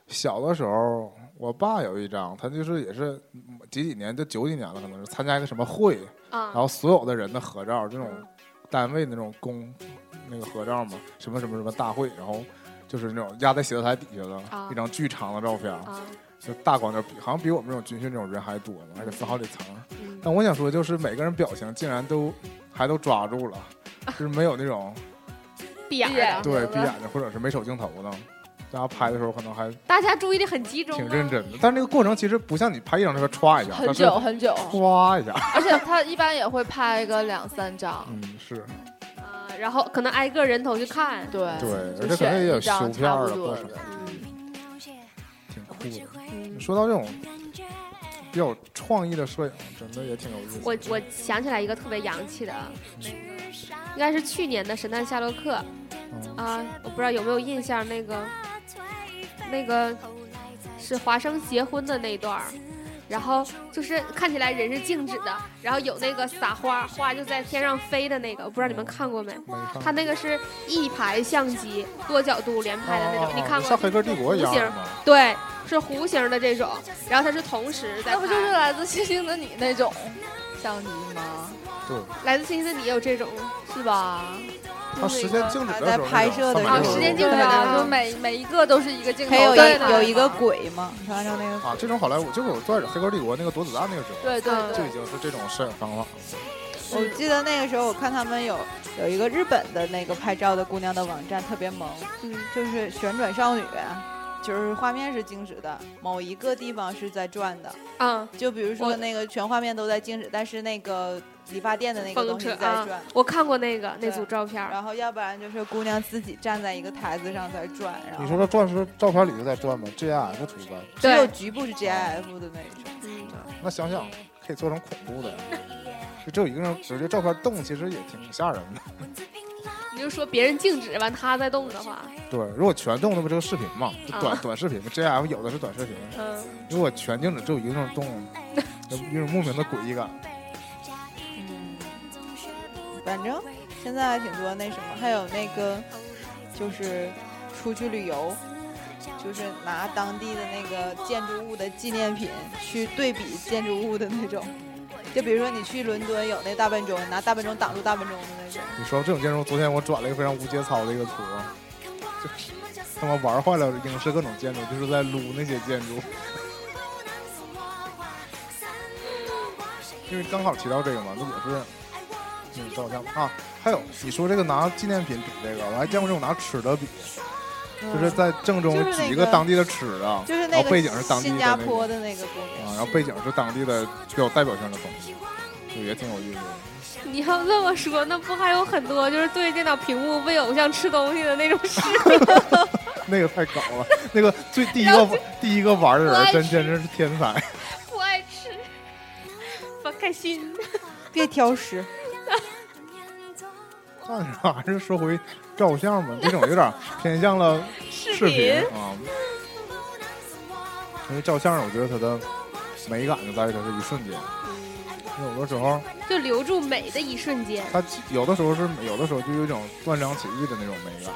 Speaker 1: 小的时候，我爸有一张，他就是也是几几年，就九几年了，可能是参加一个什么会，然
Speaker 3: 啊，
Speaker 1: 后所有的人的合照，这种单位那种公那个合照嘛，什么什么什么大会，然后就是那种压在写字台底下的、
Speaker 3: 啊
Speaker 1: 一张巨长的照片，
Speaker 3: 啊，
Speaker 1: 就大广角比，好像比我们这种军训这种人还多呢，而且分好几层。
Speaker 3: 嗯
Speaker 1: 但我想说，就是每个人表情竟然都还都抓住了，就是没有那种
Speaker 3: 闭眼
Speaker 4: 闭眼
Speaker 3: 儿的，
Speaker 1: 对
Speaker 4: 明
Speaker 1: 闭
Speaker 4: 白
Speaker 1: 眼睛或者是没手镜头的，大家拍的时候可能还
Speaker 3: 大家注意力很集中，啊
Speaker 1: 挺认。真的。但是这个过程其实不像你拍一张这个歘一下，
Speaker 4: 很
Speaker 1: 它是
Speaker 4: 久很久，
Speaker 1: 歘一 下，
Speaker 4: 而且他一般也会拍个两三张，
Speaker 1: 嗯是。
Speaker 3: 啊，然后可能挨个人头去看，
Speaker 4: 对
Speaker 1: 对，而且
Speaker 4: 哎就
Speaker 1: 可能
Speaker 4: 选
Speaker 1: 也有
Speaker 4: 一张
Speaker 1: 修片
Speaker 4: 差
Speaker 1: 儿
Speaker 4: 不
Speaker 1: 的
Speaker 4: 多
Speaker 1: 过
Speaker 4: 的
Speaker 1: 程，挺酷的。说到这种比较有创意的摄影，真的也挺有意思的。
Speaker 3: 我我想起来一个特别洋气的，啊，应该是去年的《神探夏洛克》
Speaker 1: 嗯
Speaker 3: 啊，我不知道有没有印象，那个那个是华生结婚的那段儿，然后就是看起来人是静止的，然后有那个撒花，花就在天上飞的那个，我不知道你们看过没？
Speaker 1: 没看
Speaker 3: 它那个是一排相机，多角度连拍的那
Speaker 1: 哦
Speaker 3: 种，你看
Speaker 1: 像
Speaker 3: 过
Speaker 1: 《黑
Speaker 3: 吗？
Speaker 1: 客帝国》一样
Speaker 3: 弧形
Speaker 1: 的吗？
Speaker 3: 对，是弧形的这种，然后它是同时在
Speaker 4: 那不就
Speaker 3: 拍
Speaker 4: 是来自星星的你那种 相机吗？
Speaker 1: 对，
Speaker 3: 来自星星的你也有这种
Speaker 4: 是吧？
Speaker 1: 它时间静止的时候那种，
Speaker 2: 在拍摄的
Speaker 1: 360
Speaker 2: 时
Speaker 3: 候
Speaker 1: 度
Speaker 3: 啊时间静
Speaker 4: 对
Speaker 3: 止的
Speaker 4: 啊，
Speaker 3: 时候
Speaker 4: 就每每一个都是一个镜头，
Speaker 2: 它有
Speaker 4: 对
Speaker 2: 一
Speaker 4: 的
Speaker 2: 有一个鬼嘛，你按照那个
Speaker 1: 啊，这种好莱坞就是我在《黑客帝国》那个躲子弹那个时候，
Speaker 4: 对对
Speaker 3: 嗯
Speaker 1: 就
Speaker 4: 对
Speaker 1: 已，经是这种摄影方法了。
Speaker 2: 我记得那个时候，我看他们有有一个日本的那个拍照的姑娘的网站特别萌，
Speaker 3: 嗯
Speaker 2: 就是旋转少女，啊就是画面是静止的，某一个地方是在转的，
Speaker 3: 啊。
Speaker 2: 就比如
Speaker 3: 我
Speaker 2: 说那个全画面都在静止，但是那个理发店的那个
Speaker 3: 风
Speaker 2: 东西
Speaker 3: 车
Speaker 2: 在
Speaker 3: 啊
Speaker 2: 转。，
Speaker 3: 我看过那个那
Speaker 2: 对
Speaker 3: 组照片儿，
Speaker 2: 然后要不然就是姑娘自己站在一个台子上在转，然
Speaker 1: 你
Speaker 2: 后
Speaker 1: 说这转是照片里头在转吗？GIF 图吧？
Speaker 2: 只有
Speaker 3: 对，
Speaker 2: 局部是 GIF 的那种。
Speaker 3: 嗯
Speaker 1: 那想想可以做成恐怖的呀，就只有一个人，只是照片动，其实也挺吓人的。
Speaker 3: 你就说别人静止完他在动的话，
Speaker 1: 对，如果全动，那不就是视频嘛？就短
Speaker 3: 啊
Speaker 1: 短视频嘛，GIF 有的是短视频。
Speaker 3: 嗯，
Speaker 1: 如果全静止只有一个人动，有一种莫名的诡异感。
Speaker 2: 嗯，反正现在还挺多那什么，还有那个就是出去旅游，就是拿当地的那个建筑物的纪念品去对比建筑物的那种。就比如说你去伦敦有那大笨钟，拿大笨钟挡住大笨钟的那种，
Speaker 1: 你说这种建筑，昨天我转了一个非常无节操的一个图啊，就是他妈玩坏了影视各种建筑，就是在撸那些建筑。因为刚好提到这个嘛，那也是嗯照相啊。还有你说这个拿纪念品比这个，我还见过这种拿吃的比，就是在郑州
Speaker 2: 就是那
Speaker 1: 举一
Speaker 2: 个
Speaker 1: 个当地的吃的，
Speaker 2: 嗯就是
Speaker 1: 然
Speaker 2: 那
Speaker 1: 后
Speaker 2: 个
Speaker 1: 背景是当地的
Speaker 2: 新
Speaker 1: 那
Speaker 2: 加
Speaker 1: 个
Speaker 2: 坡的那个姑
Speaker 1: 啊，
Speaker 2: 娘，
Speaker 1: 然后背景是当地的比较代表性的东西，就也挺有意思的。
Speaker 3: 你要这么说，那不还有很多就是对着电脑屏幕喂偶像吃东西的那种视频？
Speaker 1: 那个太搞了，那个最第一个第一个玩的人真真是天才，
Speaker 3: 不爱吃，不开心。
Speaker 2: 别挑食。
Speaker 1: 但是还是说回照相吧，这种有 点偏向了视频啊。因为照相，我觉得它的美感就在于它是一瞬间，因为有的时候
Speaker 3: 就留住美的一瞬间。
Speaker 1: 它有的时候是有的时候就有一种断章取义的那种美感，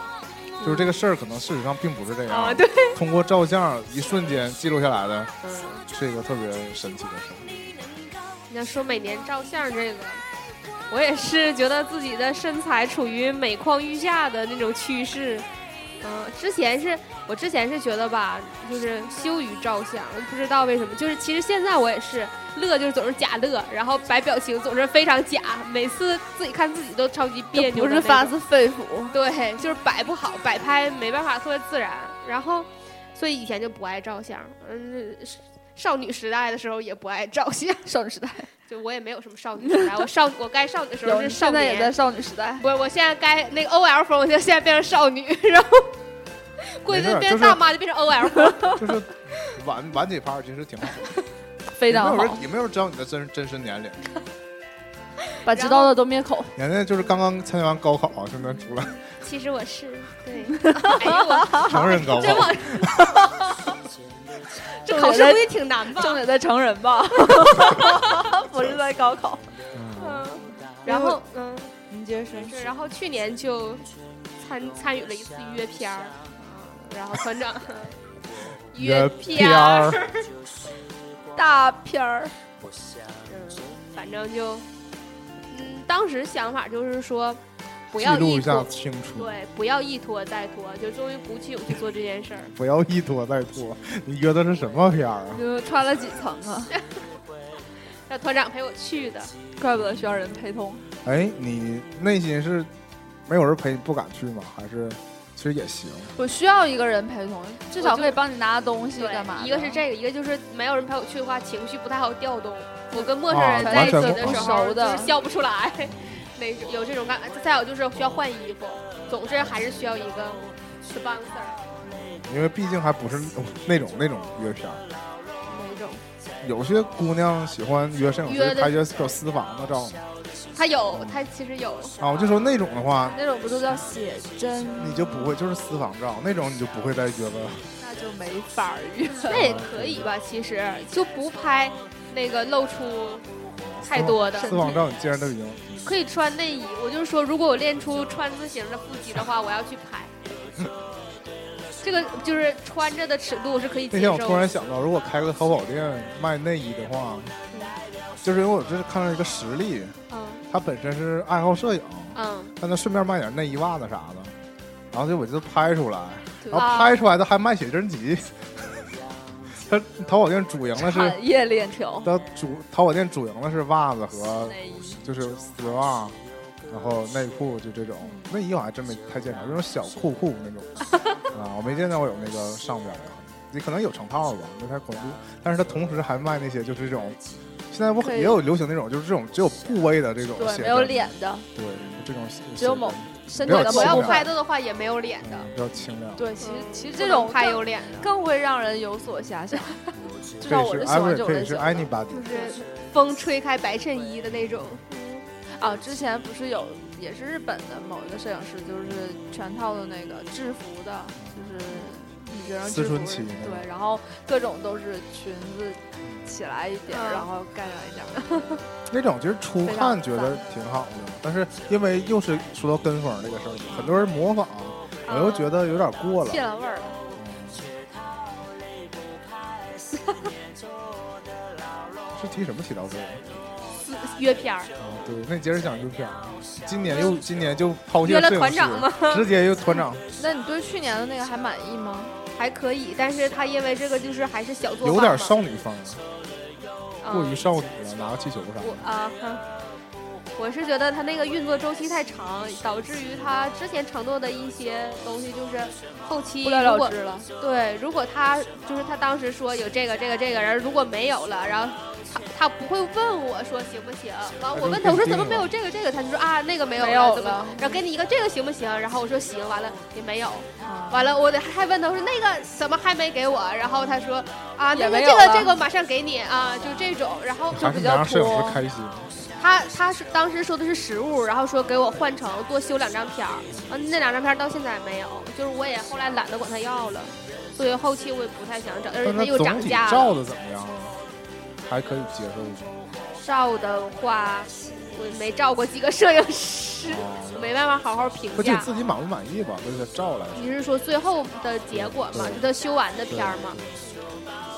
Speaker 1: 就是这个事儿可能事实上并不是这样。
Speaker 3: 啊，对，
Speaker 1: 通过照相一瞬间记录下来的，是一个特别神奇的事儿。
Speaker 3: 你要说每年照相这个，我也是觉得自己的身材处于每况愈下的那种趋势。嗯、之前是我之前是觉得吧，就是羞于照相，我不知道为什么。就是其实现在我也是乐，就是总是假乐，然后摆表情总是非常假，每次自己看自己都超级别扭
Speaker 4: 不
Speaker 3: 的那种。
Speaker 4: 是发自肺腑。
Speaker 3: 对，就是摆不好，摆拍没办法特别自然。然后，所以以前就不爱照相，嗯，是少女时代的时候也不爱照相，
Speaker 4: 少女时代，
Speaker 3: 就我也没有什么少女时代，我少我该少女的时候是少
Speaker 4: 现在也在
Speaker 3: 年，
Speaker 4: 少女时代。
Speaker 3: 不，我现在该那个 OL 风，我就现在变成少女，然后过一
Speaker 1: 没事
Speaker 3: 阵
Speaker 1: 儿
Speaker 3: 变
Speaker 1: 就
Speaker 3: 成
Speaker 1: 是
Speaker 3: 大妈就变成 OL 风，
Speaker 1: 就是晚晚几拍儿其实挺好，
Speaker 4: 非
Speaker 1: 也没
Speaker 4: 常
Speaker 1: 有人
Speaker 4: 好，
Speaker 1: 也没有人知道你的真真实年龄。
Speaker 4: 把知道的都灭口。
Speaker 1: 人家就是刚刚参加完高考，现在出 来
Speaker 3: 其实我是对， 哎呦 我
Speaker 1: 成人高
Speaker 3: 真
Speaker 1: 考，
Speaker 3: 往，这考试估计挺难吧？
Speaker 4: 重点在成人 吧，不是在高 考。
Speaker 1: 嗯，
Speaker 3: 嗯，然后嗯。
Speaker 2: 你接着说，
Speaker 3: 是，然后去年就参参与了一次约片儿，嗯然后 团长
Speaker 1: 约
Speaker 3: 片
Speaker 1: 儿，
Speaker 4: 大片儿，
Speaker 3: 嗯反正就，嗯，当时想法就是说，不
Speaker 1: 记
Speaker 3: 要
Speaker 1: 录
Speaker 3: 一
Speaker 1: 一下
Speaker 3: 拖，
Speaker 1: 青春，
Speaker 3: 对，不要一拖再拖，就终于鼓起勇气做这件事儿。
Speaker 1: 不要一拖再拖。你约的是什么片儿啊？
Speaker 4: 就穿了几层啊？
Speaker 3: 让团长陪我去的，
Speaker 4: 怪不得需要人陪同。
Speaker 1: 哎，你内心是没有人陪你不敢去吗？还是其实也行？
Speaker 4: 我需要一个人陪同，至
Speaker 3: 我
Speaker 4: 少
Speaker 3: 就
Speaker 4: 可以帮你拿东西
Speaker 3: 对
Speaker 4: 干嘛，的。
Speaker 3: 一个是这个，一个就是没有人陪我去的话，情绪不太好调动。我跟陌生
Speaker 1: 啊
Speaker 3: 人
Speaker 4: 完
Speaker 3: 在一起
Speaker 4: 全不
Speaker 3: 的时候，
Speaker 4: 熟
Speaker 3: 就
Speaker 4: 的
Speaker 3: 是笑不出来，那种有这种感。再有就是需要换衣服，总之还是需要一个 sponsor
Speaker 1: 因为毕竟还不是那种那种约片儿。
Speaker 3: 那种。
Speaker 1: 有些姑娘喜欢约摄影
Speaker 3: 约
Speaker 1: 师
Speaker 3: 的
Speaker 1: 拍约有私房的照
Speaker 3: 他有，他其实有。
Speaker 1: 啊，我就说那种的话，
Speaker 4: 那种不就叫写真？
Speaker 1: 你就不会就是私房照那种，你就不会再约了。
Speaker 4: 那就没法儿约。
Speaker 3: 那也可以吧，其实就不拍那个露出太多的，
Speaker 1: 私房照，你既然都已经
Speaker 3: 可以穿内衣。我就是说，如果我练出川字形的腹肌的话，我要去拍。这个就是穿着的尺度是可以
Speaker 1: 那
Speaker 3: 接
Speaker 1: 天哎
Speaker 3: 受
Speaker 1: 我
Speaker 3: 的。
Speaker 1: 突然想到，如果开个淘宝店卖内衣的话，就是因为我这是看到一个实例，
Speaker 3: 嗯
Speaker 1: 他本身是爱好摄影，
Speaker 3: 嗯，
Speaker 1: 但他顺便卖点内衣、袜子啥的，然后就我就拍出来，
Speaker 4: 对
Speaker 1: 然后拍出来的还卖写真集。他淘宝店主营的是，
Speaker 4: 产业链条，
Speaker 1: 他主淘宝店主营的是袜子和
Speaker 4: 内衣
Speaker 1: 就是丝袜，然后内裤就这种，
Speaker 4: 嗯
Speaker 1: 内衣我还真没太见着，那种小裤裤那种 啊，我没见到过有那个上边的，你可能有成套的吧，没太关注。但是它同时还卖那些就是这种，现在不
Speaker 4: 可以
Speaker 1: 也有流行那种，就是这种只有部位的这种
Speaker 4: 对，
Speaker 1: 写
Speaker 4: 没有
Speaker 1: 真，
Speaker 4: 脸的，
Speaker 1: 对这种写
Speaker 4: 只有
Speaker 1: 写真
Speaker 4: 某啊身体
Speaker 1: 没有
Speaker 4: 的
Speaker 1: 气
Speaker 3: 我要
Speaker 1: 量
Speaker 4: 某部
Speaker 3: 拍
Speaker 4: 分。
Speaker 3: 到的话也没有脸的。
Speaker 1: 嗯比较清凉。
Speaker 4: 对，其实其实这
Speaker 3: 这
Speaker 4: 种
Speaker 3: 种拍
Speaker 4: 更
Speaker 3: 有脸的，
Speaker 4: 更会让人有所遐想。 至
Speaker 1: 可
Speaker 4: 少
Speaker 1: 以
Speaker 4: 我
Speaker 1: 是
Speaker 4: 是喜
Speaker 1: i
Speaker 4: 欢
Speaker 1: v y
Speaker 4: 这种
Speaker 1: 可
Speaker 4: 类
Speaker 1: 以
Speaker 4: 型
Speaker 1: 是
Speaker 4: 的
Speaker 1: anybody，
Speaker 3: 就是风吹开白衬衣的那种。
Speaker 4: 啊，之前不是有也是日本的某一个摄影师，就是全套的那个制服的，就是女学生
Speaker 1: 思
Speaker 4: 制
Speaker 1: 春
Speaker 4: 服，
Speaker 1: 期那种
Speaker 4: 对，然后各种都是裙子起来一点，
Speaker 3: 嗯
Speaker 4: 然后盖上一点，
Speaker 1: 那种其实初看觉得挺好的，但是因为又是说到跟风这个事儿，很多人模仿，我又觉得有点过了。
Speaker 4: 泄了味儿了。
Speaker 1: 是提什么提到这个？
Speaker 3: 私嗯约片儿，
Speaker 1: 啊，嗯对，那接着讲就讲，今年又今年就抛弃
Speaker 3: 约了
Speaker 1: 摄影
Speaker 3: 团
Speaker 1: 师
Speaker 3: 长吗
Speaker 1: 直接就 团长，
Speaker 4: 那你对去年的那个还满意吗？
Speaker 3: 还可以，但是他因为这个就是还是小作坊
Speaker 1: 有点
Speaker 3: 嘛
Speaker 1: 少女风，过
Speaker 3: 嗯
Speaker 1: 于少女了，拿个气球啥
Speaker 3: 我
Speaker 1: 的。
Speaker 3: 啊、
Speaker 4: 嗯
Speaker 3: 哈，我是觉得他那个运作周期太长，导致于他之前承诺的一些东西，就是后期
Speaker 4: 不了了
Speaker 3: 如果
Speaker 4: 之了。
Speaker 3: 对，如果他就是他当时说有这个这个这个，然后如果没有了，然后他他不会问我说行不行？完我问他我说怎么没有这个这个，他就说啊那个没有
Speaker 4: 没有
Speaker 3: 怎么
Speaker 4: 了
Speaker 3: 然后给你一个这个行不行？然后我说行，完了也没有，
Speaker 4: 啊
Speaker 3: 完了我得还问他我说那个什么还没给我？然后他说啊
Speaker 4: 也
Speaker 3: 那个
Speaker 4: 没
Speaker 3: 这
Speaker 4: 有
Speaker 3: 个
Speaker 4: 了
Speaker 3: 这个马上给你啊，就这种，然后
Speaker 1: 还
Speaker 3: 就。
Speaker 1: 是
Speaker 4: 比
Speaker 1: 没
Speaker 4: 较
Speaker 1: 让摄影
Speaker 4: 拖
Speaker 1: 师开心，
Speaker 3: 他他是当时说的是实物，然后说给我换成多修两张片儿，啊，那两张片儿到现在也没有，就是我也后来懒得管他要了，所以后期我也不太想整，而且
Speaker 1: 但
Speaker 3: 他
Speaker 1: 它
Speaker 3: 又
Speaker 1: 总
Speaker 3: 涨
Speaker 1: 体
Speaker 3: 价
Speaker 1: 照
Speaker 3: 了。
Speaker 1: 的怎么样啊？还可以接受吗？
Speaker 3: 照的话，我没照过几个摄影师，我没办法好好评
Speaker 1: 不就
Speaker 3: 价。
Speaker 1: 自己满不满意吧？就是照来说。
Speaker 3: 你是说最后的结果吗？
Speaker 1: 对
Speaker 3: 就他修完的片儿吗？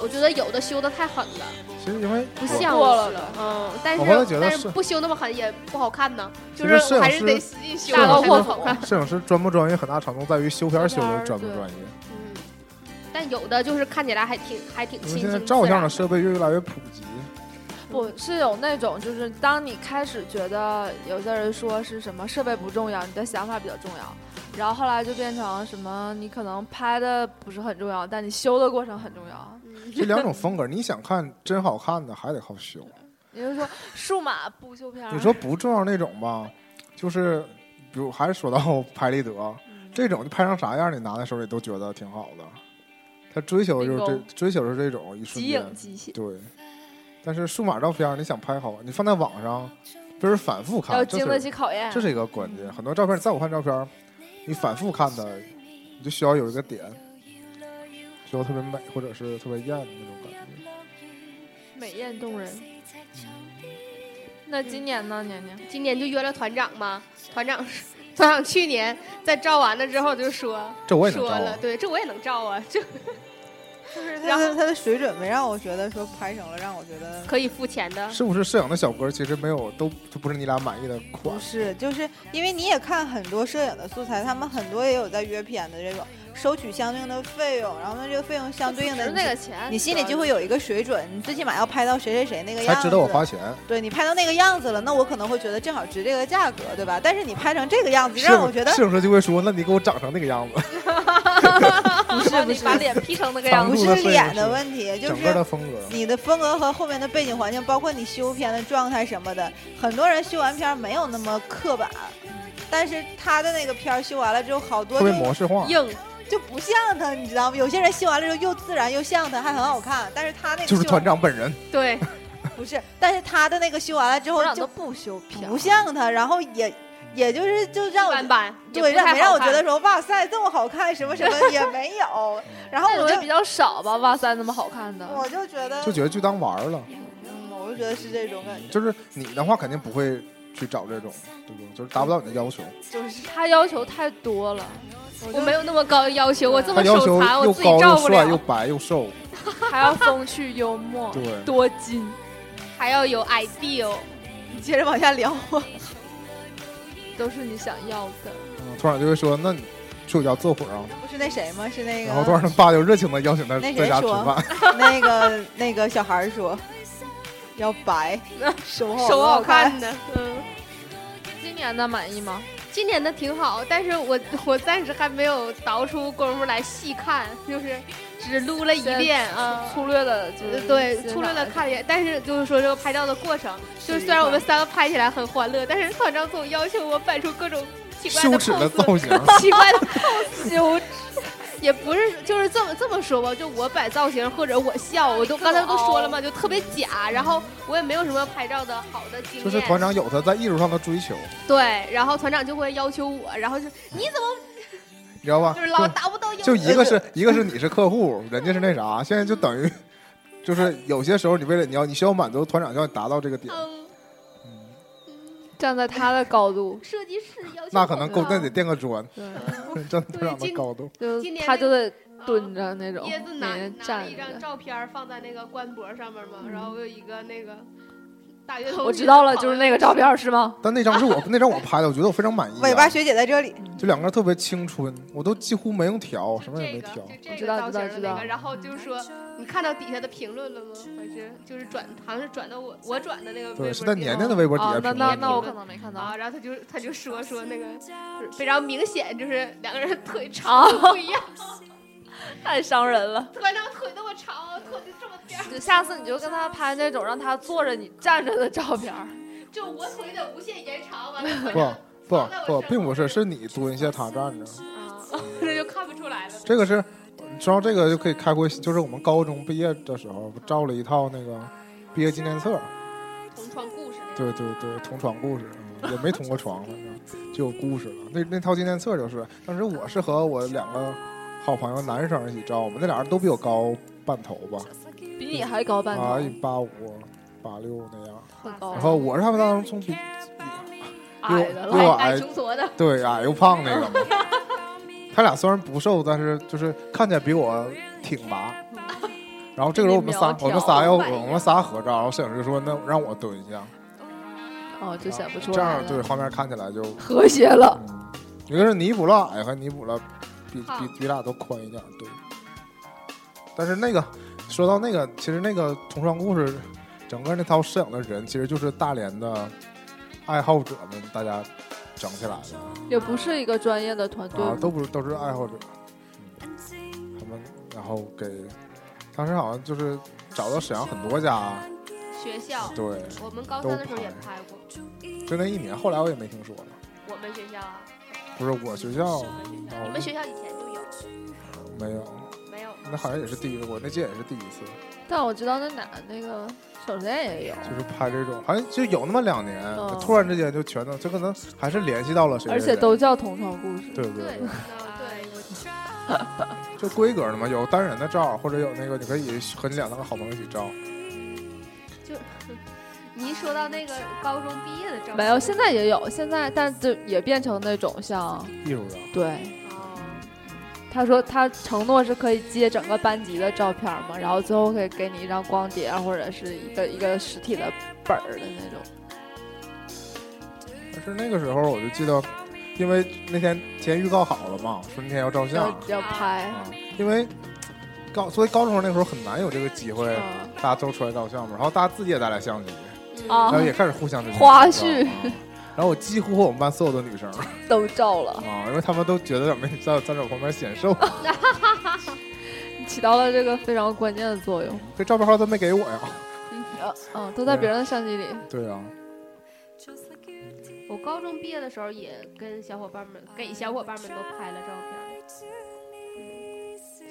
Speaker 3: 我觉得有的修的太狠了，
Speaker 1: 对其实因为
Speaker 3: 不
Speaker 1: 我
Speaker 3: 像
Speaker 4: 过
Speaker 3: 我
Speaker 4: 了
Speaker 3: 似
Speaker 4: 的
Speaker 3: 的，嗯，但是
Speaker 1: 我后来觉得
Speaker 3: 但是
Speaker 1: 是
Speaker 3: 不修那么狠也不好看呢，
Speaker 1: 其
Speaker 3: 就
Speaker 1: 实摄
Speaker 3: 是
Speaker 1: 影
Speaker 3: 还是得
Speaker 1: 师
Speaker 3: 细修
Speaker 1: 摄
Speaker 3: 才
Speaker 1: 影
Speaker 3: 会
Speaker 1: 师
Speaker 3: 好看。
Speaker 1: 摄影师专不专业，很大程度在于修片儿修
Speaker 4: 照片
Speaker 1: 的
Speaker 4: 儿
Speaker 1: 专不
Speaker 4: 对
Speaker 1: 专业。
Speaker 3: 嗯，但有的就是看起来还挺还挺
Speaker 1: 因
Speaker 3: 清
Speaker 1: 为
Speaker 3: 新
Speaker 1: 现在
Speaker 3: 自
Speaker 1: 照相的
Speaker 3: 然
Speaker 1: 设备越来越普及，
Speaker 4: 不是有那种，就是当你开始觉得有些人说是什么设备不重要，你的想法比较重要，然后后来就变成什么你可能拍的不是很重要，但你修的过程很重要。
Speaker 3: 嗯
Speaker 1: 这两种风格，你想看真好看的，还得靠修。
Speaker 4: 你就说数码不修片儿，
Speaker 1: 你说不重要那种吧，就是比如还是说到 拍立得
Speaker 4: 嗯
Speaker 1: 这种，拍成啥样，你拿在手里都觉得挺好的。他追求就是
Speaker 4: 明
Speaker 1: 这，追求是这种一瞬
Speaker 4: 极
Speaker 1: 间
Speaker 4: 影，机械，
Speaker 1: 对。但是数码照片儿，你想拍好，你放在网上，就是反复看
Speaker 4: 要，
Speaker 1: 这
Speaker 4: 经得
Speaker 1: 是
Speaker 4: 起考验
Speaker 1: 这。是一个关键。很多照片儿，在我看照片儿，你反复看它，你就需要有一个点，需要特别美或者是特别艳的那种感觉。
Speaker 4: 美艳动人。那今年呢，年年？
Speaker 3: 今年就约了团长嘛，团长团长去年在照完了之后就说
Speaker 1: 这我也能
Speaker 3: 说
Speaker 1: 照啊
Speaker 3: 了，，对，这我也能照啊， 这
Speaker 2: 就是
Speaker 3: 然
Speaker 2: 他
Speaker 3: 后
Speaker 2: 的他的水准没让我觉得说拍成了让我觉得
Speaker 3: 可以付钱的。
Speaker 1: 是不是摄影的小哥其实没有都都不是你俩满意的款
Speaker 2: 不？是，就是因为你也看很多摄影的素材，他们很多也有在约片的这种，收取相应的费用，然后呢这个费用相对应的
Speaker 4: 值
Speaker 2: 你
Speaker 4: 那
Speaker 2: 就
Speaker 4: 个钱，
Speaker 2: 你心里就会有一个水准，你最起码要拍到谁谁谁那个样
Speaker 1: 才
Speaker 2: 子，
Speaker 1: 知道我花钱，
Speaker 2: 对你拍到那个样子了，那我可能会觉得正好值这个价格，对吧？但是你拍成这个样子，
Speaker 1: 摄
Speaker 2: 让我
Speaker 1: 影
Speaker 2: 觉得
Speaker 1: 摄影师就会说，那你给我长成那个样子，
Speaker 4: 不是你把脸 P 成那 个样
Speaker 1: 长
Speaker 2: 不
Speaker 4: 子，
Speaker 1: 度的摄
Speaker 2: 是
Speaker 1: 影
Speaker 2: 脸
Speaker 1: 师
Speaker 2: 的问题，就
Speaker 1: 整个
Speaker 2: 是
Speaker 1: 的风格。
Speaker 2: 你的风格和后面的背景环境，包括你修片的状态什么的。很多人修完片儿没有那么刻板，但是他的那个片儿修完了之后，好多
Speaker 1: 特别
Speaker 2: 就
Speaker 1: 模式化，
Speaker 3: 硬
Speaker 2: 就不像他，你知道吗？有些人修完了之后又自然又像他，还很好看，但是他那个
Speaker 1: 就是
Speaker 2: 修完
Speaker 1: 团长本人。
Speaker 3: 对，
Speaker 2: 不是，但是他的那个修完了之后
Speaker 4: 我
Speaker 2: 就
Speaker 4: 都不修片儿
Speaker 2: 不，像他，然后也也就是就让我
Speaker 3: 半版
Speaker 2: 对，让没
Speaker 3: 没
Speaker 2: 让我觉得说哇塞这么好看什么什么也没有，然后
Speaker 4: 那
Speaker 2: 我
Speaker 4: 种 也
Speaker 2: 就
Speaker 4: 比较少吧。哇塞，那么好看的，
Speaker 2: 我就觉得
Speaker 1: 就觉得就当玩儿了，
Speaker 2: 嗯，我就觉得是这种感觉，
Speaker 1: 就是你的话肯定不会去找这种，对不对？就是达不到你的要求，
Speaker 2: 就是
Speaker 4: 他要求太多了，
Speaker 3: 我没有那么高要求，我这
Speaker 1: 他
Speaker 3: 么
Speaker 1: 要求
Speaker 3: 手残，我
Speaker 1: 又
Speaker 3: 自己
Speaker 1: 高
Speaker 3: 照
Speaker 1: 又
Speaker 3: 不
Speaker 1: 帅又
Speaker 3: 了，
Speaker 1: 白又瘦，
Speaker 4: 还要风趣幽默，
Speaker 1: 对，
Speaker 4: 多金。
Speaker 3: 还要有 ideal。
Speaker 2: 你接着往下聊吧。
Speaker 4: 都是你想要的。
Speaker 1: 嗯团长就会说，那你去我家坐会儿啊。
Speaker 2: 不是那谁吗？是那
Speaker 1: 然后团
Speaker 2: 个
Speaker 1: 长爸就热情的邀请他
Speaker 2: 那谁
Speaker 1: 在家吃
Speaker 2: 说
Speaker 1: 饭，
Speaker 2: 那个那个小孩儿说要 白，手好
Speaker 3: 手好
Speaker 2: 好
Speaker 3: 看，的，嗯，
Speaker 4: 今年的满意吗？
Speaker 3: 今年的挺好，但是我 我暂时还没有倒出功夫来细看，就是只撸了一
Speaker 4: 先
Speaker 3: 遍啊。
Speaker 4: 粗略的，就
Speaker 3: 呃
Speaker 4: 是
Speaker 3: 对，
Speaker 4: 欣
Speaker 3: 粗略的
Speaker 4: 赏一下。
Speaker 3: 看了一眼，但是就是说这个拍照的过程，就是虽然我们三个拍起来很欢乐，但是团长总要求我摆出各种奇怪
Speaker 1: 羞
Speaker 3: 的
Speaker 1: 耻的
Speaker 3: pose，
Speaker 1: 造型，
Speaker 3: 奇怪的 pose，羞耻。也不是，就是这么这么说吧，就我摆造型或者我笑，我都刚才都说了
Speaker 1: 哦
Speaker 3: 嘛，就特别假，然后我也没有什么拍照的好的经验。
Speaker 1: 就是团长有他在艺术上的追求，
Speaker 3: 对，然后团长就会要求我，然后就你怎么
Speaker 1: 你知道吧？
Speaker 3: 就是老
Speaker 1: 啊就
Speaker 3: 达不到要
Speaker 1: 就一个是一个是你是客户，人家是那啥，现在就等于就是有些时候你为了你要你需要满足团长，需要你达到这个点，
Speaker 3: 嗯
Speaker 4: 站在他的高 度，
Speaker 3: 设计师要求
Speaker 1: 那可能够
Speaker 3: 我高嗯
Speaker 1: 那得垫个砖，
Speaker 4: 对，
Speaker 1: 站团长的高度。
Speaker 4: 就
Speaker 3: 今年
Speaker 4: 他
Speaker 3: 那
Speaker 4: 就得
Speaker 3: 啊
Speaker 4: 蹲着那种，
Speaker 3: 椰子拿
Speaker 4: 每天
Speaker 3: 拿了
Speaker 4: 站
Speaker 3: 一张
Speaker 4: 着。
Speaker 3: 照片儿放在那个官博上面嘛，
Speaker 4: 嗯
Speaker 3: 然后我有一个那个大学同学
Speaker 4: 我知道了，就是那个照片是吗？
Speaker 1: 但那张是我那张我拍的，我觉得我非常满意啊。
Speaker 2: 尾巴学姐在这里，
Speaker 1: 就两个人特别青春，我都几乎没用调，
Speaker 3: 跑
Speaker 1: 哦什
Speaker 3: 的
Speaker 1: 么也
Speaker 3: 这
Speaker 1: 没
Speaker 3: 个
Speaker 1: 调。
Speaker 3: 就这
Speaker 4: 知
Speaker 3: 个
Speaker 4: 道
Speaker 3: 造
Speaker 4: 知道
Speaker 3: 型的
Speaker 4: 知
Speaker 3: 那
Speaker 4: 道
Speaker 3: 个，然后就说你看到底下的评论了吗？还是就是转，好像是转到我我转的那个微博
Speaker 1: 对，是在
Speaker 3: 底下
Speaker 1: 年年的微博底
Speaker 4: 哦
Speaker 1: 下，
Speaker 4: 那
Speaker 1: 评
Speaker 4: 那
Speaker 1: 论
Speaker 4: 那我
Speaker 1: 的。
Speaker 4: 可能没看到
Speaker 3: 啊，。然后他就他就说说那个就是非常明显，就是两个人腿
Speaker 4: 啊
Speaker 3: 长度不一样，
Speaker 4: 太伤人了。
Speaker 3: 团长腿那么长，腿就这么 点儿，
Speaker 4: 就下次你就跟他拍那种让他坐着你站着的照片儿，
Speaker 3: 就我腿得无限延长，完了
Speaker 1: 不不
Speaker 3: 那
Speaker 1: 不，
Speaker 3: 我是
Speaker 1: 并不是，是你蹲下他站着，
Speaker 3: 这就看不出来了。
Speaker 1: 这个是，你知道这个就可以开回，就是我们高中毕业的时候照了一套那个毕业纪念册，
Speaker 3: 同窗故事那
Speaker 1: 对
Speaker 3: 种，
Speaker 1: 对对，同床故事、嗯也没同过床，反正就有故事了。那那套纪念册就是，当时我是和我两个好朋友男生一起照，我们那俩人都比我高半头吧，
Speaker 4: 比你还高半
Speaker 1: 啊一
Speaker 4: 头，
Speaker 1: 八五、八六那样。
Speaker 4: 很高
Speaker 3: 哦
Speaker 1: 然。后我是他们当中比
Speaker 4: 矮的
Speaker 1: 对
Speaker 4: 了，
Speaker 1: 我
Speaker 3: 矮
Speaker 1: 矮
Speaker 3: 穷矬的，
Speaker 1: 对矮又胖那个嘛。他俩虽然不瘦，但是就是看起来比我挺 拔。然后这个时候我们仨，我们仨要我们仨合照，然后摄影师说：“那让我蹲一下。
Speaker 4: 哦，就显不”出
Speaker 1: 这
Speaker 4: 来
Speaker 1: 样
Speaker 4: 了，
Speaker 1: 对画面看起来就，
Speaker 4: 和谐了。
Speaker 1: 嗯，一个是尼古拉矮，和尼古拉比
Speaker 3: 好
Speaker 1: 比比俩都宽一点，对。但是那个说到那个，其实那个同窗故事，整个那套摄影的人，其实就是大连的爱好者们大家整起来的。
Speaker 4: 也不是一个专业的团队，
Speaker 1: 啊，都不是都是爱好者，嗯他们然后给当时好像就是找到沈阳很多家，
Speaker 3: 学校。
Speaker 1: 对，
Speaker 3: 我们高三的时候也拍过，
Speaker 1: 就那一年，后来我也没听说了。
Speaker 3: 我们学校啊，
Speaker 1: 不是我学校
Speaker 3: 我们学
Speaker 1: 哦
Speaker 3: 校，你们学校以前就有
Speaker 1: 没有，
Speaker 3: 没有？
Speaker 1: 那好像也是第一个，我那届也是第一次，
Speaker 4: 但我知道那哪那个首先也有，
Speaker 1: 就是拍这种，好像就有那么两年，
Speaker 4: 嗯
Speaker 1: 突然之间就全都，就可能还是联系到了谁谁
Speaker 4: 而
Speaker 1: 谁，
Speaker 4: 且都叫同床故事。
Speaker 1: 对对
Speaker 3: 对，
Speaker 1: 对，
Speaker 3: 对，
Speaker 1: 就规格的嘛，有单人的照，或者有那个你可以和你两三个好朋友一起照，
Speaker 3: 你一说到那个高中毕业的照片，
Speaker 4: 没有，现在也有，现在但就也变成那种像，
Speaker 1: 艺术照。
Speaker 4: 对，
Speaker 3: 哦，
Speaker 4: 他说他承诺是可以接整个班级的照片嘛，然后最后可以给你一张光碟啊或者是一个一个实体的本儿的那种。
Speaker 1: 但是那个时候我就记得，因为那天提前预告好了嘛，说那天要照相
Speaker 4: 要，要拍，
Speaker 1: 啊，因为高所以高中生那时候很难有这个机会，
Speaker 4: 嗯，
Speaker 1: 大家都出来照相嘛，然后大家自己也带来相机，
Speaker 3: 嗯
Speaker 4: 啊
Speaker 1: 然后也开始互相之间
Speaker 4: 花
Speaker 1: 照相
Speaker 4: 絮
Speaker 1: 啊然后我几乎和我们班所有的女生啊，
Speaker 4: 都照了，
Speaker 1: 因为她们都觉得咱们在在我旁边显瘦，
Speaker 4: 起到了这个非常关键的作用。
Speaker 1: 这照片号都没给我呀。
Speaker 4: 呃嗯，都在别人的相机里。
Speaker 1: 对啊，
Speaker 3: 我高中毕业的时候也跟小伙伴们给小伙伴们都拍了照片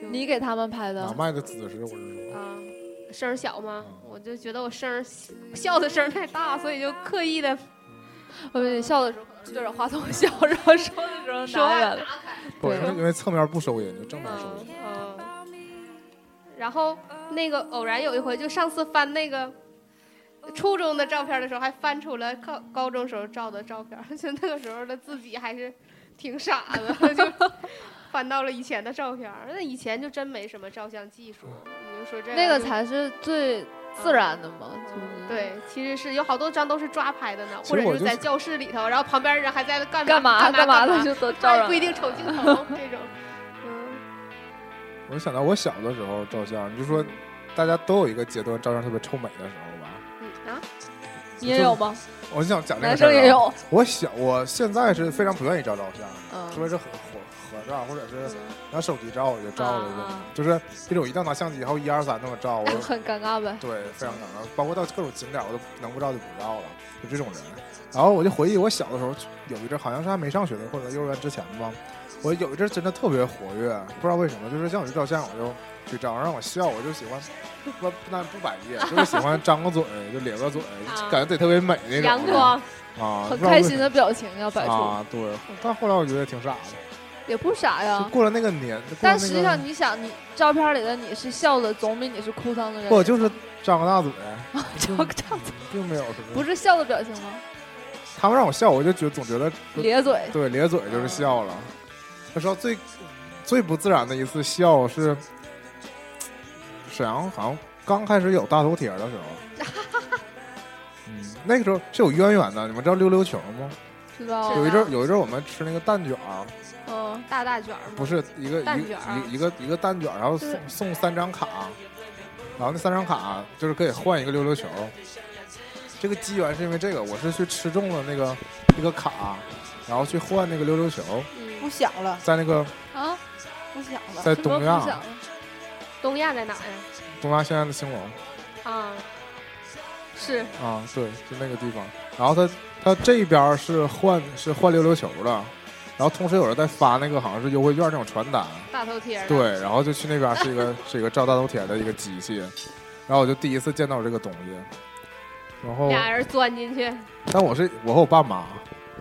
Speaker 3: 嗯
Speaker 4: 你给他们拍
Speaker 1: 拿
Speaker 4: 的，
Speaker 1: 麦的姿势，我是
Speaker 3: 就
Speaker 1: 说，
Speaker 3: 啊。声儿小吗？我就觉得我声儿笑的声儿太大，所以就刻意的
Speaker 4: 我们笑的时候可能是对着话筒 笑，然后说的时候
Speaker 3: 说
Speaker 4: 拿
Speaker 3: 话
Speaker 4: 远了。
Speaker 3: 打开。
Speaker 1: 不
Speaker 4: 对啊
Speaker 1: 是因为侧面不收音，就正面收
Speaker 3: 嗯
Speaker 1: 音。
Speaker 3: 嗯。然后那个偶然有一回，就上次翻那个初中的照片的时候，还翻出了高高中时候照的照片， 就那个时候的自己还是挺傻的， 就翻到了以前的照片。那以前就真没什么照相技术，你就说这
Speaker 4: 那个
Speaker 3: 就
Speaker 4: 才是最自然的嘛，就是
Speaker 3: 对，其实是有好多张都是抓拍的呢，
Speaker 1: 其
Speaker 3: 或
Speaker 1: 实
Speaker 3: 者
Speaker 1: 我
Speaker 3: 是
Speaker 1: 就是
Speaker 3: 在教室里头，然后旁边人还在那干
Speaker 4: 干嘛
Speaker 3: 嘛
Speaker 4: 干
Speaker 3: 嘛
Speaker 4: 嘛的就 都
Speaker 3: 他
Speaker 4: 照
Speaker 3: 也
Speaker 4: 着。
Speaker 3: 不一定瞅镜头这 种。嗯，
Speaker 1: 我就想到我小的时候照相，你就说大家都有一个阶段照相特别臭美的时候吧。
Speaker 3: 嗯啊，
Speaker 4: 你也有吗？
Speaker 1: 我就想讲这
Speaker 4: 男
Speaker 1: 个事儿
Speaker 4: 生
Speaker 1: 啊
Speaker 4: 也。有。
Speaker 1: 我小，我现在是非常不愿意照照相，除
Speaker 4: 嗯
Speaker 1: 非是合合合照，或者是拿手机照，我就照了一
Speaker 4: 啊嗯
Speaker 1: 个，就是那种一定要拿相机，然后一二三那么照，我
Speaker 4: 很尴尬呗。
Speaker 1: 对非常尴尬。包括到各种景点，我都能不照就不照了，就这种人。然后我就回忆我小的时候，有一阵好像是还没上学的，或者幼儿园之前吧，我有一阵真的特别活跃，不知道为什么，就是像我去照相，我就去照，让我笑，我就喜欢不不但不摆夜，就是喜欢张个嘴，就咧个嘴，
Speaker 3: 啊
Speaker 1: 感觉自己特别美那种。
Speaker 3: 阳光。
Speaker 1: 啊，不
Speaker 4: 很
Speaker 1: 知道为
Speaker 4: 开
Speaker 1: 什
Speaker 4: 心的表情要摆出，
Speaker 1: 啊，对。但后来我觉得挺傻的，
Speaker 4: 也不傻
Speaker 1: 就
Speaker 4: 呀。
Speaker 1: 过了那个年，就过了那
Speaker 4: 啊但实
Speaker 1: 个
Speaker 4: 际上，你想，你照片里的你是笑的，总比你是哭丧的人。
Speaker 1: 不就是张个大嘴，
Speaker 4: 张张嘴，
Speaker 1: 并没有什么。
Speaker 4: 不是笑的表情吗？
Speaker 1: 他们让我笑，我就觉得总觉得
Speaker 4: 咧嘴，
Speaker 1: 对咧嘴就是笑了。他说最最不自然的一次笑是沈阳好像刚开始有大头贴的时候。 嗯，那个时候是有渊源的，你们知道溜溜球吗？
Speaker 4: 知道
Speaker 1: 有一阵儿有一阵儿我们吃那个蛋卷儿，
Speaker 4: 嗯，
Speaker 3: 哦大大卷儿吗
Speaker 1: 不是一个一
Speaker 3: 嗯蛋
Speaker 1: 个
Speaker 3: 卷
Speaker 1: 一
Speaker 3: 儿
Speaker 1: 个一个一个蛋卷儿，然后
Speaker 3: 就
Speaker 1: 送
Speaker 3: 是
Speaker 1: 送三张卡，然后那三张卡就是可以换一个溜溜球。这个机缘是因为这个，我是去吃中了那个那个卡，然后去换那个溜溜球，
Speaker 3: 嗯
Speaker 2: 不想了，
Speaker 1: 在那个
Speaker 3: 啊，
Speaker 2: 不想了。
Speaker 1: 在
Speaker 3: 什么
Speaker 1: 东
Speaker 3: 不
Speaker 1: 亚
Speaker 3: 想东亚在哪呀？
Speaker 1: 东亚现在的兴隆
Speaker 3: 啊，是
Speaker 1: 啊，对，就那个地方。然后他他这边是换是换溜溜球的，然后同时有人在发那个好像是优惠券那种传单，
Speaker 3: 大头贴儿。啊
Speaker 1: 对，然后就去那边是一个是一个照大头贴的一个机器，然后我就第一次见到这个东西，然后
Speaker 3: 俩人钻进去，
Speaker 1: 但我是我和我爸妈，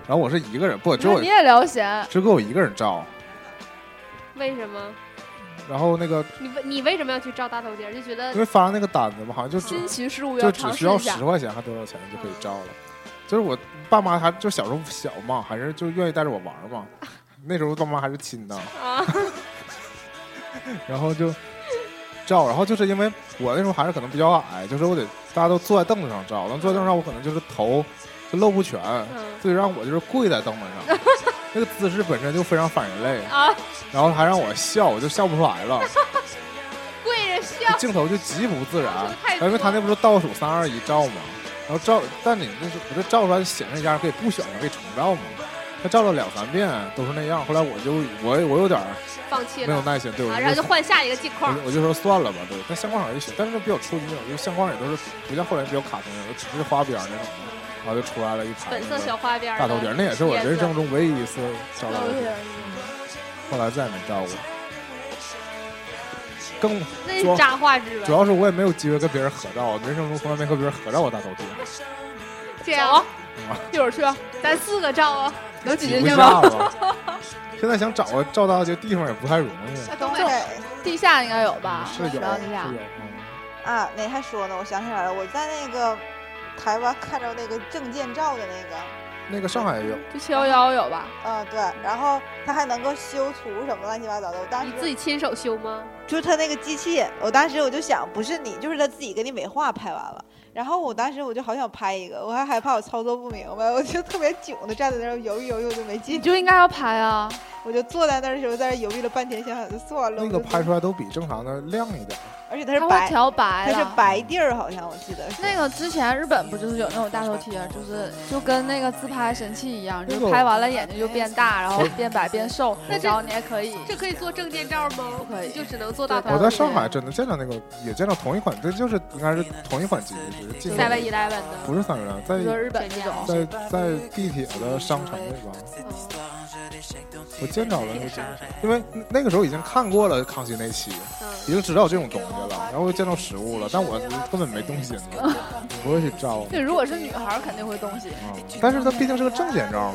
Speaker 1: 然后我是一个人，不只有
Speaker 4: 那你也聊闲，
Speaker 1: 只给我一个人照，
Speaker 3: 为什么？
Speaker 1: 然后那个
Speaker 3: 你为你为什么要去照大头贴儿？就觉得
Speaker 1: 因为发那个单子嘛，好像就只
Speaker 4: 新奇事物
Speaker 1: 就
Speaker 4: 呃要
Speaker 1: 只
Speaker 4: 尝
Speaker 1: 需
Speaker 4: 试
Speaker 1: 要
Speaker 4: 一
Speaker 1: 十
Speaker 4: 下。
Speaker 1: 块钱还多少钱就可以照了，就是我爸妈还就小时候小嘛，还是就愿意带着我玩 嘛，那时候爸妈还是亲的，
Speaker 3: 啊，
Speaker 1: 然后就照，然后就是因为我那时候还是可能比较矮，就是我得大家都坐在凳子上照，但坐在凳子上我可能就是头就露不全，
Speaker 3: 嗯
Speaker 1: 所以让我就是跪在凳子上， 那个姿势本身就非常反人类，
Speaker 3: 啊，
Speaker 1: 然后还让我笑，我就笑不出来 了，
Speaker 3: 跪着笑，
Speaker 1: 镜头就极不自然
Speaker 3: 这个太，
Speaker 1: 哎因为他那不是倒数三二一照嘛，然后照，但你那是不是照出来显示一下可以不选可以重照嘛？他照了两三遍都是那样，后来我就我我有点
Speaker 3: 放弃
Speaker 1: 没有
Speaker 3: 了
Speaker 1: 耐心，对我
Speaker 3: 啊，
Speaker 1: 就
Speaker 3: 然后就换下一个镜
Speaker 1: 我
Speaker 3: 框
Speaker 1: 就。我就说算了吧，对。但相框好像也行，但是比较初级那种，因为相框也都是不像后来比较卡通那种，只是花边儿那种的。然后就出来了一排
Speaker 3: 粉色
Speaker 1: 那个
Speaker 3: 小花边儿
Speaker 1: 大头
Speaker 3: 的
Speaker 1: 贴，那也是我
Speaker 3: 贴
Speaker 1: 人
Speaker 3: 子
Speaker 1: 生中唯一一次照到
Speaker 4: 聊
Speaker 1: 的，
Speaker 4: 天
Speaker 1: 后来再也没照过。更
Speaker 3: 那
Speaker 1: 主要
Speaker 3: 是渣画质
Speaker 1: 主
Speaker 3: 吧？
Speaker 1: 要是我也没有机会跟别人合照，人生中从来没和别人合照过大头贴，
Speaker 3: 这
Speaker 4: 走
Speaker 3: 样
Speaker 4: 啊，一会儿去，咱四个照啊，能挤
Speaker 1: 挤
Speaker 4: 进
Speaker 1: 不
Speaker 4: 去
Speaker 1: 下
Speaker 4: 吗？
Speaker 1: 吧。 现在想找个照大头贴地方也不太容易，
Speaker 4: 在
Speaker 2: 东北
Speaker 4: 东北地下应该有吧？
Speaker 1: 是有是
Speaker 4: 沈
Speaker 1: 有
Speaker 4: 阳地下。
Speaker 1: 嗯
Speaker 2: 啊，哪还说呢？我想起来了，我在那个台湾看着那个证件照的那个，
Speaker 1: 那个上海也有，
Speaker 4: 就七幺幺有吧？
Speaker 2: 嗯，对，然后它还能够修图什么乱七八糟的。我当
Speaker 3: 你
Speaker 2: 时
Speaker 3: 自己亲手修吗？
Speaker 2: 就是他那个机器，我当时我就想，不是你，就是他自己给你美化拍完了。然后我当时我就好想拍一个，我还害怕我操作不明白，我就特别囧的站在那儿犹豫犹豫，我就没
Speaker 4: 你
Speaker 2: 进去。
Speaker 4: 就应该要拍啊！
Speaker 2: 我就坐在那儿的时候，在那儿犹豫了半天，想想就算了。
Speaker 1: 那个
Speaker 2: 我就
Speaker 1: 拍出来都比正常的亮一点。
Speaker 2: 而且它是
Speaker 4: 它会
Speaker 2: 白，
Speaker 4: 调白
Speaker 2: 它
Speaker 4: 的。
Speaker 2: 是白地儿，好像我记得是。
Speaker 4: 那个之前日本不就是有那种大头贴，就是就跟那个自拍神器一样，就
Speaker 1: 那个
Speaker 4: 是拍完了眼睛就变大，然后变白变瘦
Speaker 3: 那，这
Speaker 4: 然后你也可以。
Speaker 3: 这可以做证件照吗？
Speaker 4: 不可以
Speaker 3: 就只能做大头
Speaker 1: 我
Speaker 4: 对。
Speaker 1: 在上海真的见到那个，也见到同一款，这就是应该是同一款机子，只是进
Speaker 3: Seven Eleven 的，
Speaker 1: 不是三元，
Speaker 4: 就
Speaker 1: 在
Speaker 4: 是日本那种，
Speaker 1: 在在地铁的商城里吧，我见着了那个机子，因为那那个时候已经看过了康熙那期，已
Speaker 3: 嗯，
Speaker 1: 经知道这种东西了，然后又见到实物了，但我根本没动心，不会去照
Speaker 4: 对，如果是女孩儿肯定会东西，
Speaker 1: 啊。但是它毕竟是个证件照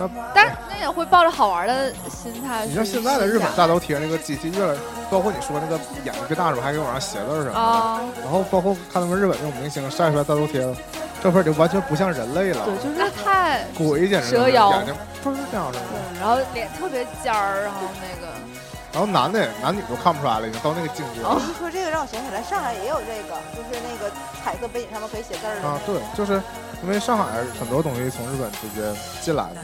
Speaker 1: 嘛，
Speaker 4: 但是那也会抱着好玩的心态去
Speaker 1: 你
Speaker 4: 试
Speaker 1: 像
Speaker 4: 一下。
Speaker 1: 现在的日本大头贴那个机器越来，包括你说那个眼睛变大什么，还给往上写字儿什么的。
Speaker 3: 哦
Speaker 4: 啊，
Speaker 1: 然后包括看他们日本那种明星晒出来大头贴，照片就完全不像人类了，
Speaker 4: 对，就是太，
Speaker 1: 鬼简直
Speaker 4: 蛇
Speaker 1: 是
Speaker 4: 腰
Speaker 1: 眼睛不是这样的。
Speaker 4: 嗯对然后脸特别尖儿，然后那个
Speaker 1: 然后男的男女都看不出来了，已经到那个境界了。
Speaker 4: 哦
Speaker 2: 你一说这个让我想起来，上海也有这个，就是那个彩色背景上面可以写字儿
Speaker 1: 啊
Speaker 2: 的。，
Speaker 1: 对，就是因为上海很多东西从日本直接进 来的，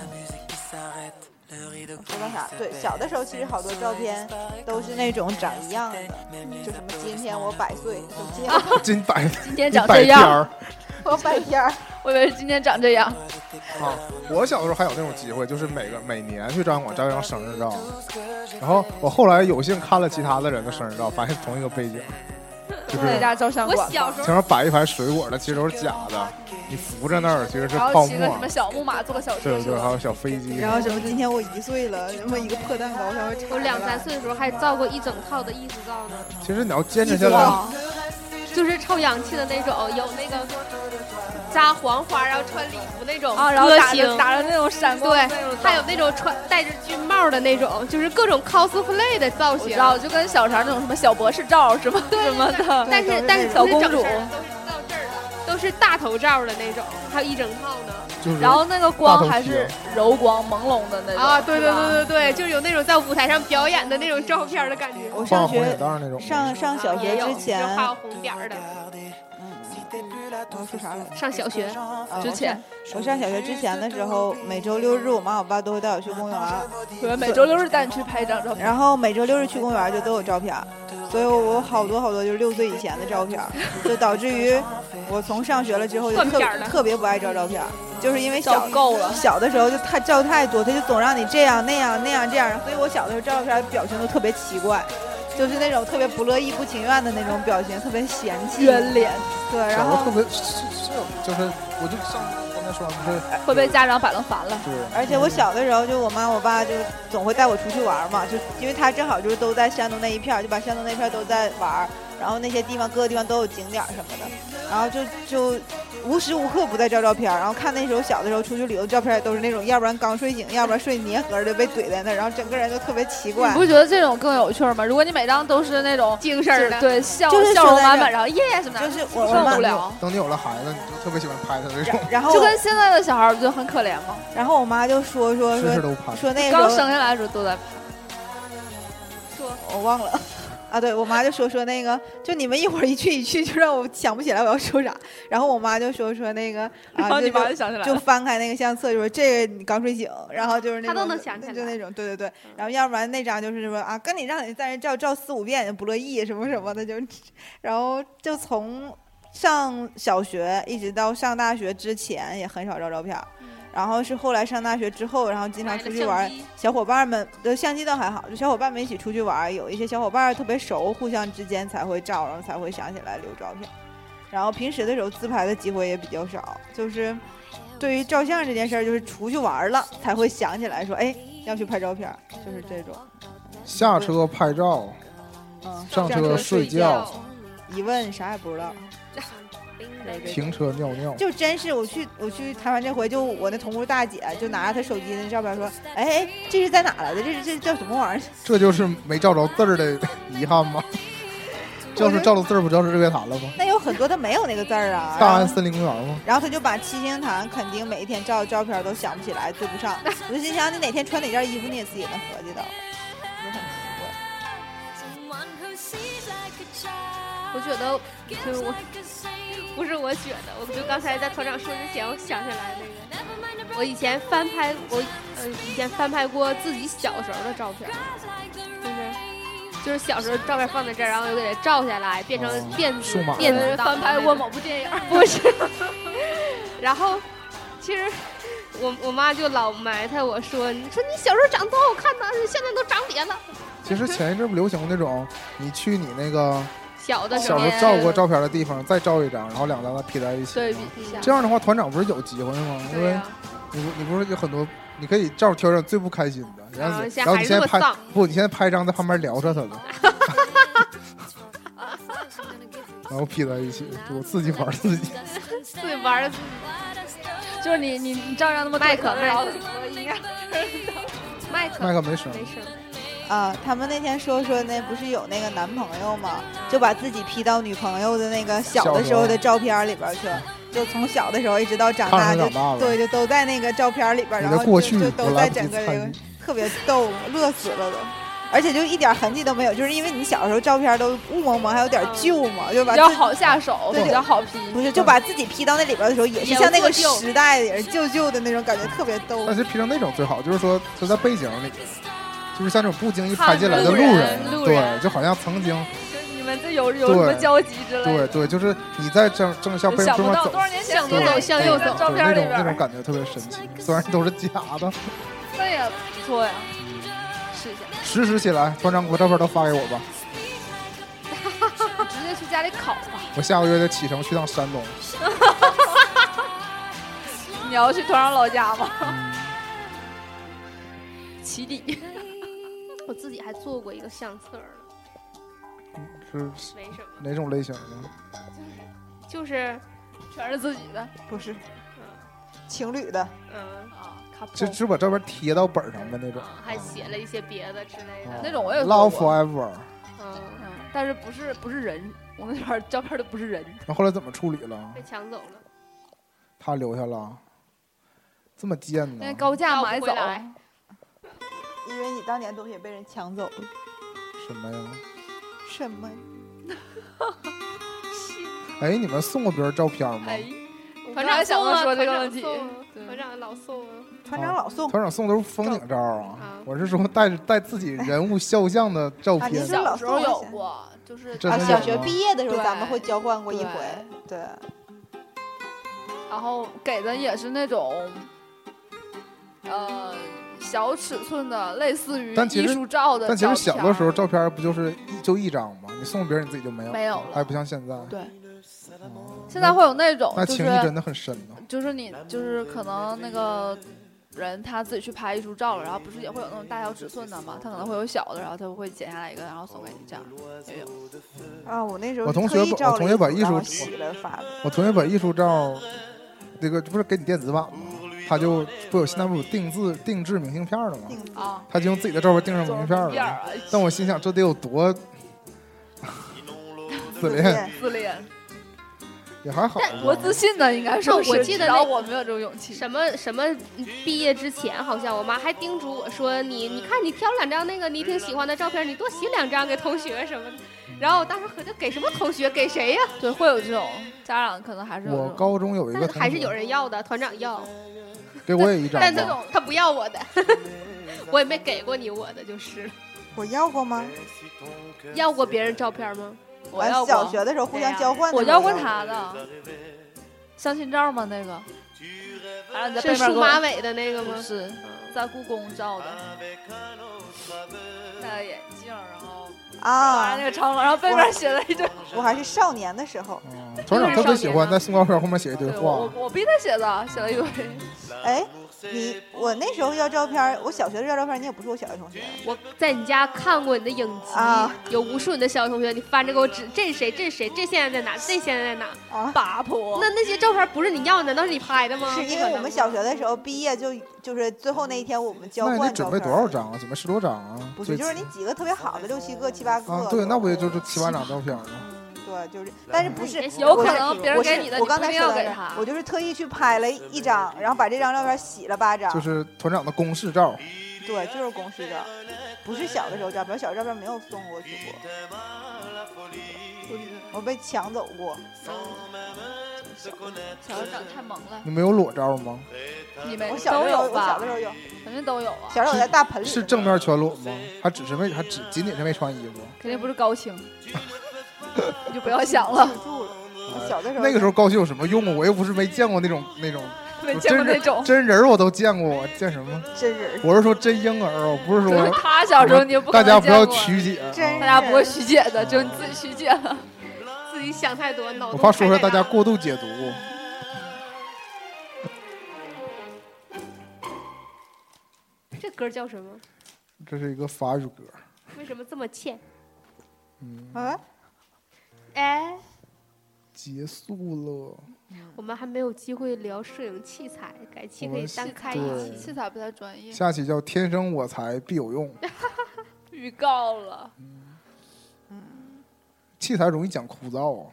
Speaker 2: 说到啥？对，小的时候其实好多照片都是那种长一样的，就什么今天我百岁，就今天
Speaker 1: 金白
Speaker 4: 今天
Speaker 1: 金
Speaker 4: 长
Speaker 1: 白
Speaker 4: 这
Speaker 1: 天
Speaker 4: 样，
Speaker 1: 儿
Speaker 2: 我百天儿。
Speaker 4: 我以为是今天长这样，
Speaker 1: 啊！我小的时候还有那种机会，就是每个每年去照相馆照一张生日照，然后我后来有幸看了其他的人的生日照，发现同一个背景，就是
Speaker 4: 那家照相
Speaker 3: 我
Speaker 4: 馆，
Speaker 3: 小时
Speaker 1: 前
Speaker 3: 候
Speaker 1: 面摆一排水果的，其实都是假的，你扶着那儿其实是
Speaker 4: 然
Speaker 1: 泡
Speaker 4: 后骑个
Speaker 1: 沫
Speaker 4: 什么，小木马，坐个小
Speaker 1: 对
Speaker 4: 车
Speaker 1: 对对，还
Speaker 4: 车，
Speaker 1: 有小飞机，
Speaker 2: 然后什么？今天我一岁了，什么一个破蛋糕上面插
Speaker 3: 我两三
Speaker 2: 着
Speaker 3: 岁的时候还照过一整套的艺术照呢，
Speaker 1: 其实你要坚持下来，
Speaker 4: 哇，
Speaker 3: 就是臭氧气的那种，有那个扎黄花，然后穿礼服那种
Speaker 4: 啊，然后
Speaker 3: 歌
Speaker 4: 打着
Speaker 3: 星。
Speaker 4: 打着那种闪光
Speaker 3: 对
Speaker 4: 那种，
Speaker 3: 还有那种穿戴着军帽的那种，就是各种 cosplay 的造
Speaker 4: 我
Speaker 3: 型
Speaker 4: 知。道，就跟小肠那种什么小博士照什么什么的，
Speaker 2: 对
Speaker 3: 但是
Speaker 2: 都是
Speaker 3: 但是
Speaker 2: 那
Speaker 3: 不
Speaker 4: 种
Speaker 3: 是
Speaker 4: 小公
Speaker 3: 整
Speaker 4: 主
Speaker 3: 身儿的都是到这儿的，都是大头照的那种，还有一整套呢。
Speaker 1: 就是
Speaker 4: 然后那个
Speaker 1: 大头
Speaker 4: 光
Speaker 1: 贴
Speaker 4: 还是
Speaker 2: 啊
Speaker 4: 柔光朦胧的那种
Speaker 3: 啊，对对
Speaker 4: 是吧
Speaker 3: 对对对，就是有那种在舞台上表演的那种照片的感觉。哎
Speaker 2: 我
Speaker 1: 画
Speaker 2: 上
Speaker 1: 红领
Speaker 2: 学
Speaker 1: 带那种，
Speaker 2: 上上小
Speaker 3: 也
Speaker 2: 学
Speaker 3: 有
Speaker 2: 之
Speaker 3: 就
Speaker 2: 前，
Speaker 3: 画红点儿的，
Speaker 2: 嗯啊，说啥来着？
Speaker 3: 上小学
Speaker 4: 哦
Speaker 2: 啊
Speaker 3: 之前，
Speaker 2: 我上小学之前的时候，每周六日我妈我爸都会带我去公园儿，
Speaker 4: 我们每周六日带你去拍一张照片。
Speaker 2: 然后每周六日去公园儿就都有照片儿，所以我有好多好多就是六岁以前的照片儿，就导致于我从上学了之后就
Speaker 3: 断
Speaker 2: 特
Speaker 3: 片儿了
Speaker 2: 特别不爱照照片儿，就是因为小
Speaker 4: 找够了
Speaker 2: 小的时候就太照太多，他就总让你这样那样那样这样，所以我小的时候照片儿表情都特别奇怪。就是那种特别不乐意、不情愿的那种表情，特别嫌弃
Speaker 4: 冤脸
Speaker 2: 对，
Speaker 1: 小
Speaker 2: 然
Speaker 1: 时候
Speaker 2: 后
Speaker 1: 特别是是就是我就上刚才说的是
Speaker 4: 会被家长摆弄烦了，
Speaker 1: 对，
Speaker 2: 哎而且我小的时候，就我妈我爸就总会带我出去玩儿嘛，就因为他正好就是都在山东那一片儿，就把山东那片儿都在玩儿，然后那些地方各个地方都有景点儿什么的，然后就就无时无刻不在照照片儿，然后看那时候小的时候出去旅游，照片儿也都是那种，要不然刚睡醒，要不然睡黏盒儿的被怼在那儿，然后整个人就特别奇
Speaker 4: 你
Speaker 2: 怪
Speaker 4: 不。觉得这种更有趣儿吗？如果你每张都是那种
Speaker 3: 精神儿
Speaker 4: 就
Speaker 3: 的，
Speaker 4: 对笑
Speaker 2: 就是
Speaker 4: 笑容
Speaker 2: 说
Speaker 4: 满
Speaker 2: 那
Speaker 4: 满，
Speaker 2: 个
Speaker 4: 然后耶什么的，
Speaker 2: 就是我我
Speaker 4: 更
Speaker 2: 妈
Speaker 4: 无，聊。
Speaker 1: 等你有了孩子，你就特别喜欢拍他这种，
Speaker 2: 然后
Speaker 4: 就跟现在的小孩儿不就很可怜吗？
Speaker 2: 然 后我妈就说说
Speaker 1: 事事
Speaker 2: 说
Speaker 1: 都拍。
Speaker 2: 说那时
Speaker 4: 刚
Speaker 2: 候
Speaker 4: 生下来的时候都在
Speaker 2: 我忘了。啊，对我妈就说说那个，就你们一会儿一句一句，就让我想不起来我要说啥。然后我妈就说说那个，
Speaker 4: 然后
Speaker 2: 啊，
Speaker 4: 哦你
Speaker 2: 就
Speaker 4: 马上
Speaker 2: 就
Speaker 4: 想起来
Speaker 2: 就
Speaker 4: 了，
Speaker 2: 翻开那个相册，就说这个你刚睡醒，然后就是那
Speaker 3: 她
Speaker 2: 种
Speaker 3: 都能想起
Speaker 2: 就
Speaker 3: 来
Speaker 2: 那种，对对对。
Speaker 4: 嗯
Speaker 2: 然后要不然那张就是说啊，跟你让你在这照照四五遍也不乐意什么什么的，就，然后就从上小学一直到上大学之前也很少照照片儿，然后是后来上大学之后，然后经常
Speaker 3: 买
Speaker 2: 出
Speaker 3: 了
Speaker 2: 去玩儿
Speaker 3: 相，机，
Speaker 2: 小伙伴们的相机倒还好，就小伙伴们一起出去玩儿，有一些小伙伴儿特别熟，互相之间才会照，然后才会想起来留照片。然后平时的时候自拍的机会也比较少，就是对于照相这件事儿，就是出去玩儿了才会想起来说，哎，要去拍照片儿，就是这种。
Speaker 1: 下车拍照，
Speaker 2: 嗯，
Speaker 1: 上
Speaker 3: 上
Speaker 1: 车
Speaker 3: 车
Speaker 1: 睡
Speaker 3: 睡
Speaker 1: 觉，
Speaker 2: 一问啥也不知道。
Speaker 1: 停车尿尿。
Speaker 2: 就真是我去我去台湾这回，就我那同屋大姐就拿着她手机那照片说，哎哎，这是在哪来的？这是这叫什么玩意儿？
Speaker 1: 这就是没照着字儿的 遗憾吗？要是照着字儿，不就是日月潭了吗？
Speaker 2: 那有很多她没有那个 字儿啊。
Speaker 1: 大
Speaker 2: 然后
Speaker 1: 安森林公园吗？
Speaker 2: 然后他就把七星潭肯定每一天照的照片都想不起来，对不上。我就心想，你哪天穿哪件衣服，你也自己能合计到。就很奇怪
Speaker 3: 我觉得就是我 不是我选的，我就刚才在团长说之前，我想起来那个，我以前翻拍我呃以前翻拍过自己小时候的照片儿，就是就是小时候照片放在这儿，然后又给它照下来，变成
Speaker 1: 哦
Speaker 3: 电子、
Speaker 1: 数码
Speaker 3: 电
Speaker 1: 的
Speaker 3: 子
Speaker 4: 人
Speaker 3: 档
Speaker 4: 翻拍
Speaker 3: 那
Speaker 4: 过
Speaker 3: 种
Speaker 4: 某部电影儿，
Speaker 3: 不是。 然后，其实我我妈就老埋汰我说：“你说你小时候长多好看呢，你现在都长脸了。
Speaker 1: 其实前一阵不流行那种，你去你那个”
Speaker 3: 小的时
Speaker 1: 哦小
Speaker 3: 候
Speaker 1: 时候照过照片的地方再照一张，然后两张再 P 在一起
Speaker 4: 对
Speaker 1: 吗
Speaker 4: 比？一下。
Speaker 1: 这样的话，团长不是有机会吗？因
Speaker 3: 对
Speaker 1: 为
Speaker 3: 呀、
Speaker 4: 啊
Speaker 1: 你不你不是有很多，你可以照着挑选最不开心的，然后
Speaker 3: 啊
Speaker 1: 你
Speaker 3: 现
Speaker 1: 然
Speaker 3: 在
Speaker 1: 后
Speaker 3: 还
Speaker 1: 你
Speaker 3: 是
Speaker 1: 现在
Speaker 3: 那么
Speaker 1: 拍
Speaker 3: 丧
Speaker 1: 不，你现在拍一张在旁边聊着他 呢，然后 P 在一起，多自己玩自 己。
Speaker 3: 自己玩的
Speaker 4: 就是你你你照样那么
Speaker 3: 麦
Speaker 4: 对
Speaker 3: 克
Speaker 4: 可能
Speaker 3: 麦
Speaker 4: 然后
Speaker 3: 克麦克
Speaker 1: 麦克没声，
Speaker 3: 没声，
Speaker 2: 啊，他们那天说说那不是有那个男朋友吗？就把自己 P 到女朋友的那个小的时候的照片里边去，就从小的时候一直到长大，
Speaker 1: 看着
Speaker 2: 就
Speaker 1: 长大了
Speaker 2: 对，就都在那个照片里边，
Speaker 1: 你
Speaker 2: 然
Speaker 1: 的
Speaker 2: 后
Speaker 1: 过
Speaker 2: 就
Speaker 1: 去
Speaker 2: 就
Speaker 1: 我
Speaker 2: 都
Speaker 1: 来
Speaker 2: 在
Speaker 1: 不及
Speaker 2: 整个这个
Speaker 1: 参与。
Speaker 2: 特别逗，乐死了都。而且就一点痕迹都没有，就是因为你小时候照片都雾蒙蒙，还有点旧嘛，就把
Speaker 4: 比
Speaker 2: 自
Speaker 4: 较
Speaker 2: 己
Speaker 4: 好下手，
Speaker 2: 对
Speaker 4: 比较好 P。
Speaker 2: 不是，就把自己 P 到那里边的时候，也是像那个时代的，也是旧旧的那种感觉，特别逗
Speaker 1: 但。是 P 成那种最好，就是说就在背景里，就是像这种不经意
Speaker 4: 看
Speaker 1: 拍进来的
Speaker 4: 路
Speaker 1: 人，
Speaker 4: 人路
Speaker 1: 对，
Speaker 4: 人
Speaker 1: 就好像曾经，
Speaker 4: 就是你们这有有什么
Speaker 1: 对
Speaker 4: 交集之类
Speaker 1: 对
Speaker 4: 的？
Speaker 1: 对，就是你在正正向背
Speaker 4: 想
Speaker 1: 景上
Speaker 4: 不到
Speaker 1: 走
Speaker 4: 多。少年前
Speaker 3: 向左
Speaker 4: 你在
Speaker 3: 走向右
Speaker 4: 在
Speaker 3: 走
Speaker 1: 对
Speaker 4: 照片
Speaker 1: 那
Speaker 4: 里
Speaker 1: 种那
Speaker 4: 边
Speaker 1: 种
Speaker 4: 儿，
Speaker 1: 感觉特别神奇，虽然都是假的，
Speaker 4: 这也不错呀，试一下，
Speaker 1: 实施起来。团长，我照片都发给我吧，
Speaker 4: 你直接去家里烤吧。
Speaker 1: 我下个月得启程去趟山东。
Speaker 4: 你要去团长老家吗？ 起底，
Speaker 3: 我自己还做过一个相册呢，
Speaker 1: 是
Speaker 3: 没什么，
Speaker 1: 哪种类型呢？
Speaker 3: 就是
Speaker 4: 全是自己的
Speaker 2: 不是
Speaker 3: 嗯
Speaker 2: 情侣的，
Speaker 3: 嗯
Speaker 4: 啊，卡
Speaker 1: 就只把照片贴到本上的那种，哦
Speaker 3: 啊还写了一些别的之类的，
Speaker 4: 那种我也做
Speaker 1: Love
Speaker 4: 过，
Speaker 1: Forever。
Speaker 3: 嗯，
Speaker 4: 嗯但是不是不是人，我那边照片都不是人，
Speaker 1: 那后来怎么处理了
Speaker 3: 被？抢走了，
Speaker 1: 他留下了，这么贱呢
Speaker 4: 那？高价买
Speaker 3: 要
Speaker 4: 走
Speaker 3: 不回来
Speaker 2: 因为你当年东西也被人抢走了。
Speaker 1: 什么呀？
Speaker 2: 什么？
Speaker 1: 哎，你们送过别人照片吗？
Speaker 4: 哎，
Speaker 3: 团
Speaker 4: 我刚才
Speaker 3: 长
Speaker 4: 想
Speaker 3: 送
Speaker 4: 到
Speaker 3: 啊，
Speaker 4: 说
Speaker 3: 团
Speaker 4: 这个
Speaker 3: 长
Speaker 4: 问题
Speaker 3: 送啊
Speaker 4: 对
Speaker 3: 团长老送啊，
Speaker 2: 团长老送
Speaker 1: 团长送的都是风景照啊
Speaker 3: 啊，
Speaker 1: 我是说带带自己人物肖像的照
Speaker 2: 啊你
Speaker 1: 片
Speaker 2: 是。老
Speaker 4: 小时候
Speaker 2: 送
Speaker 4: 有
Speaker 2: 我
Speaker 4: 过，就是
Speaker 1: 这
Speaker 2: 啊，
Speaker 1: 真的
Speaker 2: 小
Speaker 1: 有
Speaker 2: 学
Speaker 1: 吗
Speaker 2: 毕业的时候咱们
Speaker 4: 对
Speaker 2: 会交换过一
Speaker 4: 对
Speaker 2: 回，对，
Speaker 1: 嗯
Speaker 4: 然后给的也是那种，呃，小尺寸的，类似于
Speaker 1: 但其
Speaker 4: 艺
Speaker 1: 实
Speaker 4: 术照的
Speaker 1: 但其实小的时候照
Speaker 4: 照
Speaker 1: 片不就是一就一张吗？你送别人你自己就没有，
Speaker 4: 片儿没有了。
Speaker 1: 还不像现在。
Speaker 4: 对
Speaker 1: 哦，
Speaker 4: 现在会有那种
Speaker 1: 那
Speaker 4: 就
Speaker 1: 情谊真
Speaker 4: 是
Speaker 1: 的很深呢。
Speaker 4: 就是你就是可能那个人他自己去拍艺术照了，然后不是也会有那种大小尺寸的嘛？他可能会有小的，然后他会剪下来一个，然后送给你，这样也有。
Speaker 2: 啊，我那时候
Speaker 1: 我
Speaker 2: 是
Speaker 1: 同
Speaker 2: 特
Speaker 1: 学
Speaker 2: 意
Speaker 1: 把
Speaker 2: 照
Speaker 1: 我
Speaker 2: 了
Speaker 1: 同
Speaker 2: 一
Speaker 1: 学把
Speaker 2: 组
Speaker 1: 艺
Speaker 2: 然
Speaker 1: 术
Speaker 2: 后
Speaker 1: 照
Speaker 2: 洗了发的，
Speaker 1: 我同学把艺术照，那个这不是给你电子版吗？他就不有现在不有定制定制明信片了吗？
Speaker 2: 定
Speaker 4: 啊，
Speaker 1: 他就用自己的照片订上明信片
Speaker 4: 片
Speaker 1: 了。
Speaker 4: 啊，
Speaker 1: 但我心想，这得有多自恋？
Speaker 4: 自恋，
Speaker 1: 也还好吧。
Speaker 4: 我自信的应该是
Speaker 3: 哦我
Speaker 4: 是
Speaker 3: 记得
Speaker 4: 然
Speaker 3: 那
Speaker 4: 后我没有这种勇气。
Speaker 3: 什么什么毕业之前，好像我妈还叮嘱我说：“你你看你挑两张那个你挺喜欢的照片，你多洗两张给同学什么的。”然后我当时合计给什么同学给谁呀、
Speaker 4: 对，会有这种家长可能还是有这
Speaker 1: 我
Speaker 4: 种
Speaker 1: 高中有一
Speaker 3: 但
Speaker 1: 个
Speaker 3: 是
Speaker 1: 同
Speaker 3: 还是有
Speaker 1: 学
Speaker 3: 人要的，团长要，
Speaker 1: 给我也一张
Speaker 3: 但那
Speaker 1: 吧，
Speaker 3: 种他不要我的， 我也没给过你我的就是了。
Speaker 2: 我要过吗？
Speaker 3: 要过别人照片吗？
Speaker 4: 我
Speaker 2: 完
Speaker 4: 要
Speaker 2: 小
Speaker 4: 过，啊
Speaker 2: 学的时候互相交换的
Speaker 4: 我
Speaker 2: 时候
Speaker 4: 要过他的相亲照吗？那个，然后你在
Speaker 3: 是
Speaker 4: 背面
Speaker 3: 梳
Speaker 4: 给
Speaker 3: 马
Speaker 4: 我，
Speaker 3: 尾的那个
Speaker 4: 不
Speaker 3: 吗？
Speaker 4: 是在故宫照的，戴个眼镜，然后
Speaker 2: 啊
Speaker 4: 那，个长发，然后背面写了一堆，
Speaker 2: 我还是少年的时候，
Speaker 1: 嗯团长特别喜欢在送照片后面写一堆
Speaker 4: 对我
Speaker 1: 话，
Speaker 4: 我逼他写的，写了一堆，
Speaker 2: 哎，你我那时候要照片儿，我小学的要照片儿，你也不是我小学同学
Speaker 3: 我在你家看过你的影集，
Speaker 2: 啊
Speaker 3: 有无数你的小学同学，你翻着给我指，这是谁？这是谁？这现在在哪？这现在在哪？
Speaker 2: 啊。
Speaker 4: 八婆
Speaker 3: 那，那些照片不是你要的，难道是你拍的吗？
Speaker 2: 是啊因为我们小学的时候毕业就就是最后那一天我们交
Speaker 1: 那
Speaker 2: 换
Speaker 1: 你
Speaker 2: 照
Speaker 1: 得
Speaker 2: 片，
Speaker 1: 准备多少？张啊？准备十多张啊？
Speaker 2: 不是，
Speaker 1: 最
Speaker 2: 就是你几个特别好的，六七个、七八个。
Speaker 1: 啊，对，那不也就是七八张照片吗？
Speaker 2: 对，就是，但是不是
Speaker 3: 也行
Speaker 4: 有
Speaker 2: 我
Speaker 4: 可
Speaker 2: 是
Speaker 4: 能别人
Speaker 2: 我是
Speaker 4: 给你的，
Speaker 2: 我
Speaker 4: 你
Speaker 2: 刚
Speaker 4: 不一
Speaker 2: 才
Speaker 4: 定
Speaker 2: 说
Speaker 4: 要
Speaker 2: 的
Speaker 4: 给
Speaker 2: 是
Speaker 4: 他
Speaker 2: 我。就是特意去拍了一张，然后把这张照片洗了八张。
Speaker 1: 就是团长的公式照，
Speaker 2: 对，就是公式照，不是小的时候照片，小的照片没有送过去过。我被抢走过，
Speaker 4: 小时候长得太萌了，
Speaker 1: 你们有裸照吗？
Speaker 4: 你们
Speaker 2: 我小
Speaker 4: 都
Speaker 2: 的时候，
Speaker 4: 有
Speaker 2: 我小
Speaker 4: 吧
Speaker 2: 的？时候有，
Speaker 4: 肯定都有啊，
Speaker 2: 小时候我在大盆里
Speaker 1: 是
Speaker 2: 的
Speaker 1: 正面全裸吗？还只是没，还只仅仅是没穿衣服？
Speaker 4: 肯定不是 高清，你就不要想了，
Speaker 2: 记住了。我小的时候
Speaker 1: 那个时候高兴有什么用啊？我又不是没见过那种那种
Speaker 4: 没
Speaker 1: 我
Speaker 4: 见过
Speaker 1: 真
Speaker 4: 那
Speaker 1: 是
Speaker 4: 种。
Speaker 1: 真人，我都见过，我见什么？
Speaker 2: 真 人
Speaker 1: 我是说真婴儿，我不是
Speaker 4: 就是
Speaker 1: 说
Speaker 4: 他小时候，你就不可
Speaker 1: 大家
Speaker 4: 能
Speaker 1: 不要
Speaker 4: 见过
Speaker 1: 曲解啊，
Speaker 2: 真
Speaker 4: 大家不会曲解的，只有你自己曲解了。
Speaker 3: 自己想太多，脑
Speaker 1: 我
Speaker 3: 洞
Speaker 1: 怕说出来大
Speaker 3: 开
Speaker 1: 家
Speaker 3: 太大
Speaker 1: 过度解读。
Speaker 3: 这歌叫什么？
Speaker 1: 这是一个法语歌，
Speaker 3: 为什么这么欠？
Speaker 1: 嗯，
Speaker 2: 啊，
Speaker 3: 哎，
Speaker 1: 结束了。
Speaker 3: 我们还没有机会聊摄影器材，改期可以单开
Speaker 1: 我
Speaker 3: 一
Speaker 1: 们是
Speaker 3: 期。
Speaker 1: 对
Speaker 4: 器材不太专业，
Speaker 1: 下期叫“天生我材必有用
Speaker 4: 预告了，”，
Speaker 1: 器材容易讲枯燥啊。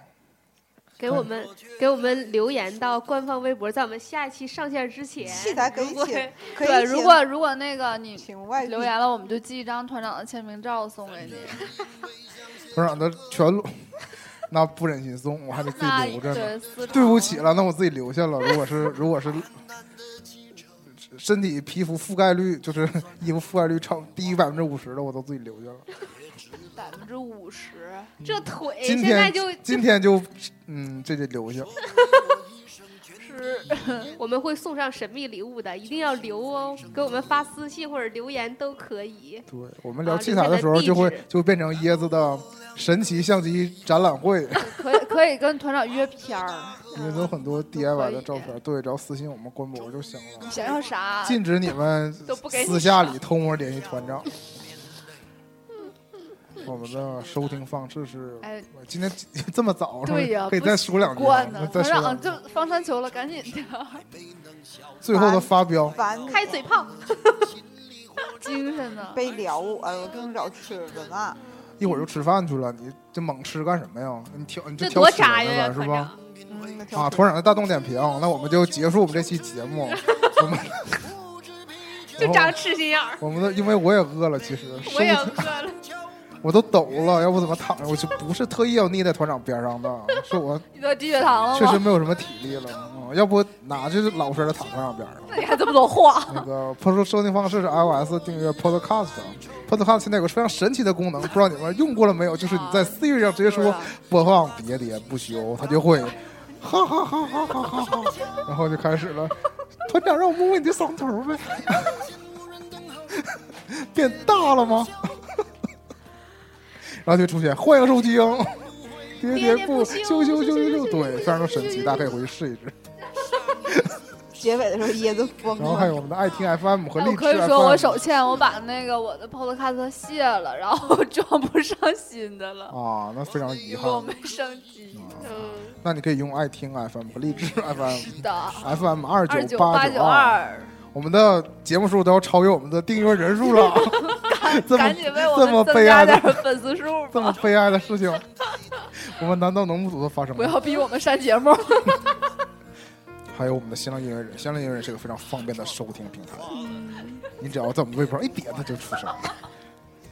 Speaker 3: 给我们给我们留言到官方微博，在我们下一期上线之前。
Speaker 2: 器材可以
Speaker 3: 如果
Speaker 2: 请，可
Speaker 4: 对，
Speaker 2: 以
Speaker 4: 如
Speaker 2: 请
Speaker 4: 果如果那个你
Speaker 2: 请外
Speaker 4: 留
Speaker 2: 宾
Speaker 4: 言了，我们就寄一张团长的签名照送给你。
Speaker 1: 团长的全裸，那不忍心送，我还得自
Speaker 4: 那
Speaker 1: 己留着呢。
Speaker 4: 对，私
Speaker 1: 对不起了，那我自己留下了。如果是如果是身体皮肤覆盖率，就是衣服覆盖率超低于百分之五十的，我都自己留下了。
Speaker 4: 百分之五十，
Speaker 3: 这腿
Speaker 1: 今
Speaker 3: 哎现在
Speaker 1: 天
Speaker 3: 就
Speaker 1: 今天就嗯，这得留下。
Speaker 3: 我们会送上神秘礼物的，一定要留哦，给我们发私信或者留言都可以。
Speaker 1: 对我们聊
Speaker 3: 啊
Speaker 1: 器
Speaker 3: 留下
Speaker 1: 材的
Speaker 3: 的
Speaker 1: 时候，
Speaker 3: 地
Speaker 1: 就会
Speaker 3: 址
Speaker 1: 就会变成椰子的神奇相机展览会。
Speaker 4: 可以可以跟团长约 片儿，
Speaker 1: 因为有很多 DIY 的照片，对，只要私信我们官博就行了。
Speaker 4: 想要啥？
Speaker 1: 禁止你们
Speaker 4: 啊都不给你
Speaker 1: 私下里偷摸联系团长。我们的收听方式是，
Speaker 4: 哎，
Speaker 1: 今天 这么早，
Speaker 4: 对呀
Speaker 1: 可以再数两句吗
Speaker 4: 关，呢
Speaker 1: 那？再
Speaker 4: 团
Speaker 1: 数两
Speaker 4: 长
Speaker 1: 句
Speaker 4: 就方山球了，赶紧 的，
Speaker 1: 最后的发飙，
Speaker 2: 烦你
Speaker 3: 开嘴炮，
Speaker 4: 精神呢？
Speaker 2: 被聊我了，我正找吃的呢。
Speaker 1: 一会儿就吃饭去了，你这猛吃干什么呀？你挑你就
Speaker 3: 这
Speaker 1: 挑
Speaker 3: 多
Speaker 1: 吃的
Speaker 3: 扎呀，
Speaker 1: 了是
Speaker 3: 团
Speaker 1: 吧？
Speaker 3: 长！
Speaker 2: 嗯，那挺
Speaker 1: 啊，
Speaker 2: 好吃
Speaker 1: 团长的大众点评，那我们就结束我们这期节目。我们
Speaker 3: 就长痴心眼儿，
Speaker 1: 我们的，因为我也饿了，其实收
Speaker 3: 我也
Speaker 1: 听
Speaker 3: 饿了。
Speaker 1: 我都抖了，要不怎么躺着？我就不是特意要腻在团长边上的，是我
Speaker 4: 你得低血糖了
Speaker 1: 确
Speaker 4: 吗？
Speaker 1: 实没有什么体力了，嗯要不哪就是老实的躺团长边上。
Speaker 4: 那你还这么多话？
Speaker 1: 那个播出收听方式是 iOS 订阅 Podcast，Podcast 现在有个非常神奇的功能，不知道你们用过了没有？就是你在 Siri 上直接
Speaker 4: 啊是
Speaker 1: 说
Speaker 4: 吧
Speaker 1: “播放喋喋不休”，它就会，哈哈哈哈哈哈哈，然后就开始了。团长让我摸摸你的嗓头 呗，变大了吗？然后就出现欢迎收听，喋喋不休休休休休，对，非常的神奇，大家可以回去试一试。
Speaker 5: 结尾的时候椰子疯
Speaker 1: 然后还
Speaker 5: 了。
Speaker 1: 有我们的爱听 FM 和
Speaker 4: 哎
Speaker 1: 荔枝 FM。
Speaker 4: 我可以说我手欠，我把那个我的 Podcast 卸了，然后装不上新的了，
Speaker 1: 啊，那非常遗
Speaker 4: 因
Speaker 1: 憾
Speaker 4: 为。我没升级。
Speaker 1: 哦
Speaker 3: 嗯，
Speaker 1: 那你可以用爱听 FM 和荔 枝 FM
Speaker 4: 是的，
Speaker 1: FM 二
Speaker 4: 二
Speaker 1: 九
Speaker 4: 八
Speaker 1: 九二，
Speaker 4: 二，
Speaker 1: 我们的节目数都要超越我们的订阅人数 了，这么
Speaker 4: 赶紧为我
Speaker 1: 这么
Speaker 4: 们增
Speaker 1: 悲
Speaker 4: 加
Speaker 1: 哀
Speaker 4: 点
Speaker 1: 的
Speaker 4: 粉丝 数
Speaker 1: 这么
Speaker 4: 吧！
Speaker 1: 悲哀的事 情，我们难道能目睹它发生
Speaker 4: 不
Speaker 1: 吗？
Speaker 4: 要逼我们删节目。
Speaker 1: 还有我们的新浪音乐人，新浪音乐人是个非常方便的收听平台，
Speaker 4: 嗯
Speaker 1: 你只要在我们微博上一点，它就出声。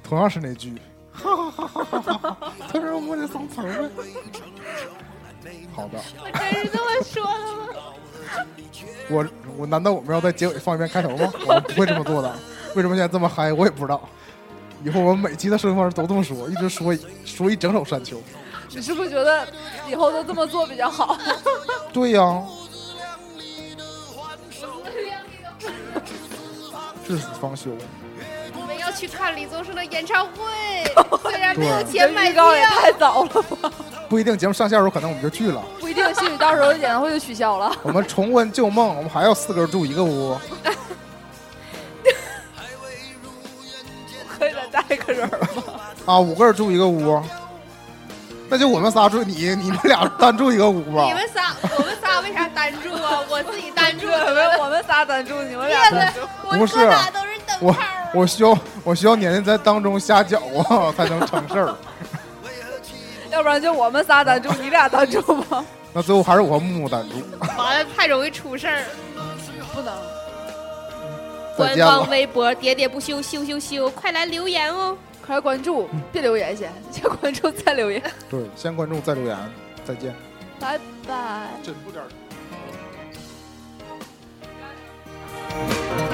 Speaker 1: 同样是那句， 哈哈哈哈哈哈，他说我得上词儿呗。好的，
Speaker 3: 我真是这么说的吗？
Speaker 1: 我我难道我们要在结尾放一遍开头吗？我们不会这么做的。为什么现在这么嗨？我也不知道。以后我们每期的收听方式都这么说，一直说一说一整首山丘。
Speaker 4: 你是不是觉得以后都这么做比 较好？
Speaker 1: 对呀、至死方休。
Speaker 3: 我们要去看李宗盛的演唱会，虽然没有
Speaker 1: 对
Speaker 3: 钱买
Speaker 4: 预
Speaker 3: 票
Speaker 4: 告，也太早了 吧？
Speaker 1: 不一定节目上线的时候可能我们就去了。
Speaker 4: 不一定，兴许到时候演唱会就取消了。
Speaker 1: 我们重温旧梦，我们还要四个人住一个屋。
Speaker 4: 可以再带一个人儿吗？
Speaker 1: 啊，五个人住一个屋，那就我们仨住你，你们俩单住一个屋吧
Speaker 3: 你。们仨，我们仨为啥单住啊？我自己单住，
Speaker 4: 我们我们仨单住，你们俩单住。
Speaker 3: 我
Speaker 1: 不是
Speaker 3: 哥俩都是啊灯
Speaker 1: 我
Speaker 3: 泡儿。
Speaker 1: 我需要我需要年年在当中瞎搅和才能成事儿。
Speaker 4: 要不然就我们仨单住，你俩单住吧。
Speaker 1: 那最后还是我和木木单住。
Speaker 3: 完了太容易出事儿。
Speaker 4: 不能，
Speaker 1: 再
Speaker 3: 官
Speaker 1: 见了
Speaker 3: 方。微博喋喋不休，休休休，快来留言哦！
Speaker 4: 快来关注，别留言先，先关注再 留言。
Speaker 1: 对，先关注再留言，再见。
Speaker 4: 拜拜。
Speaker 1: 真不点
Speaker 3: 我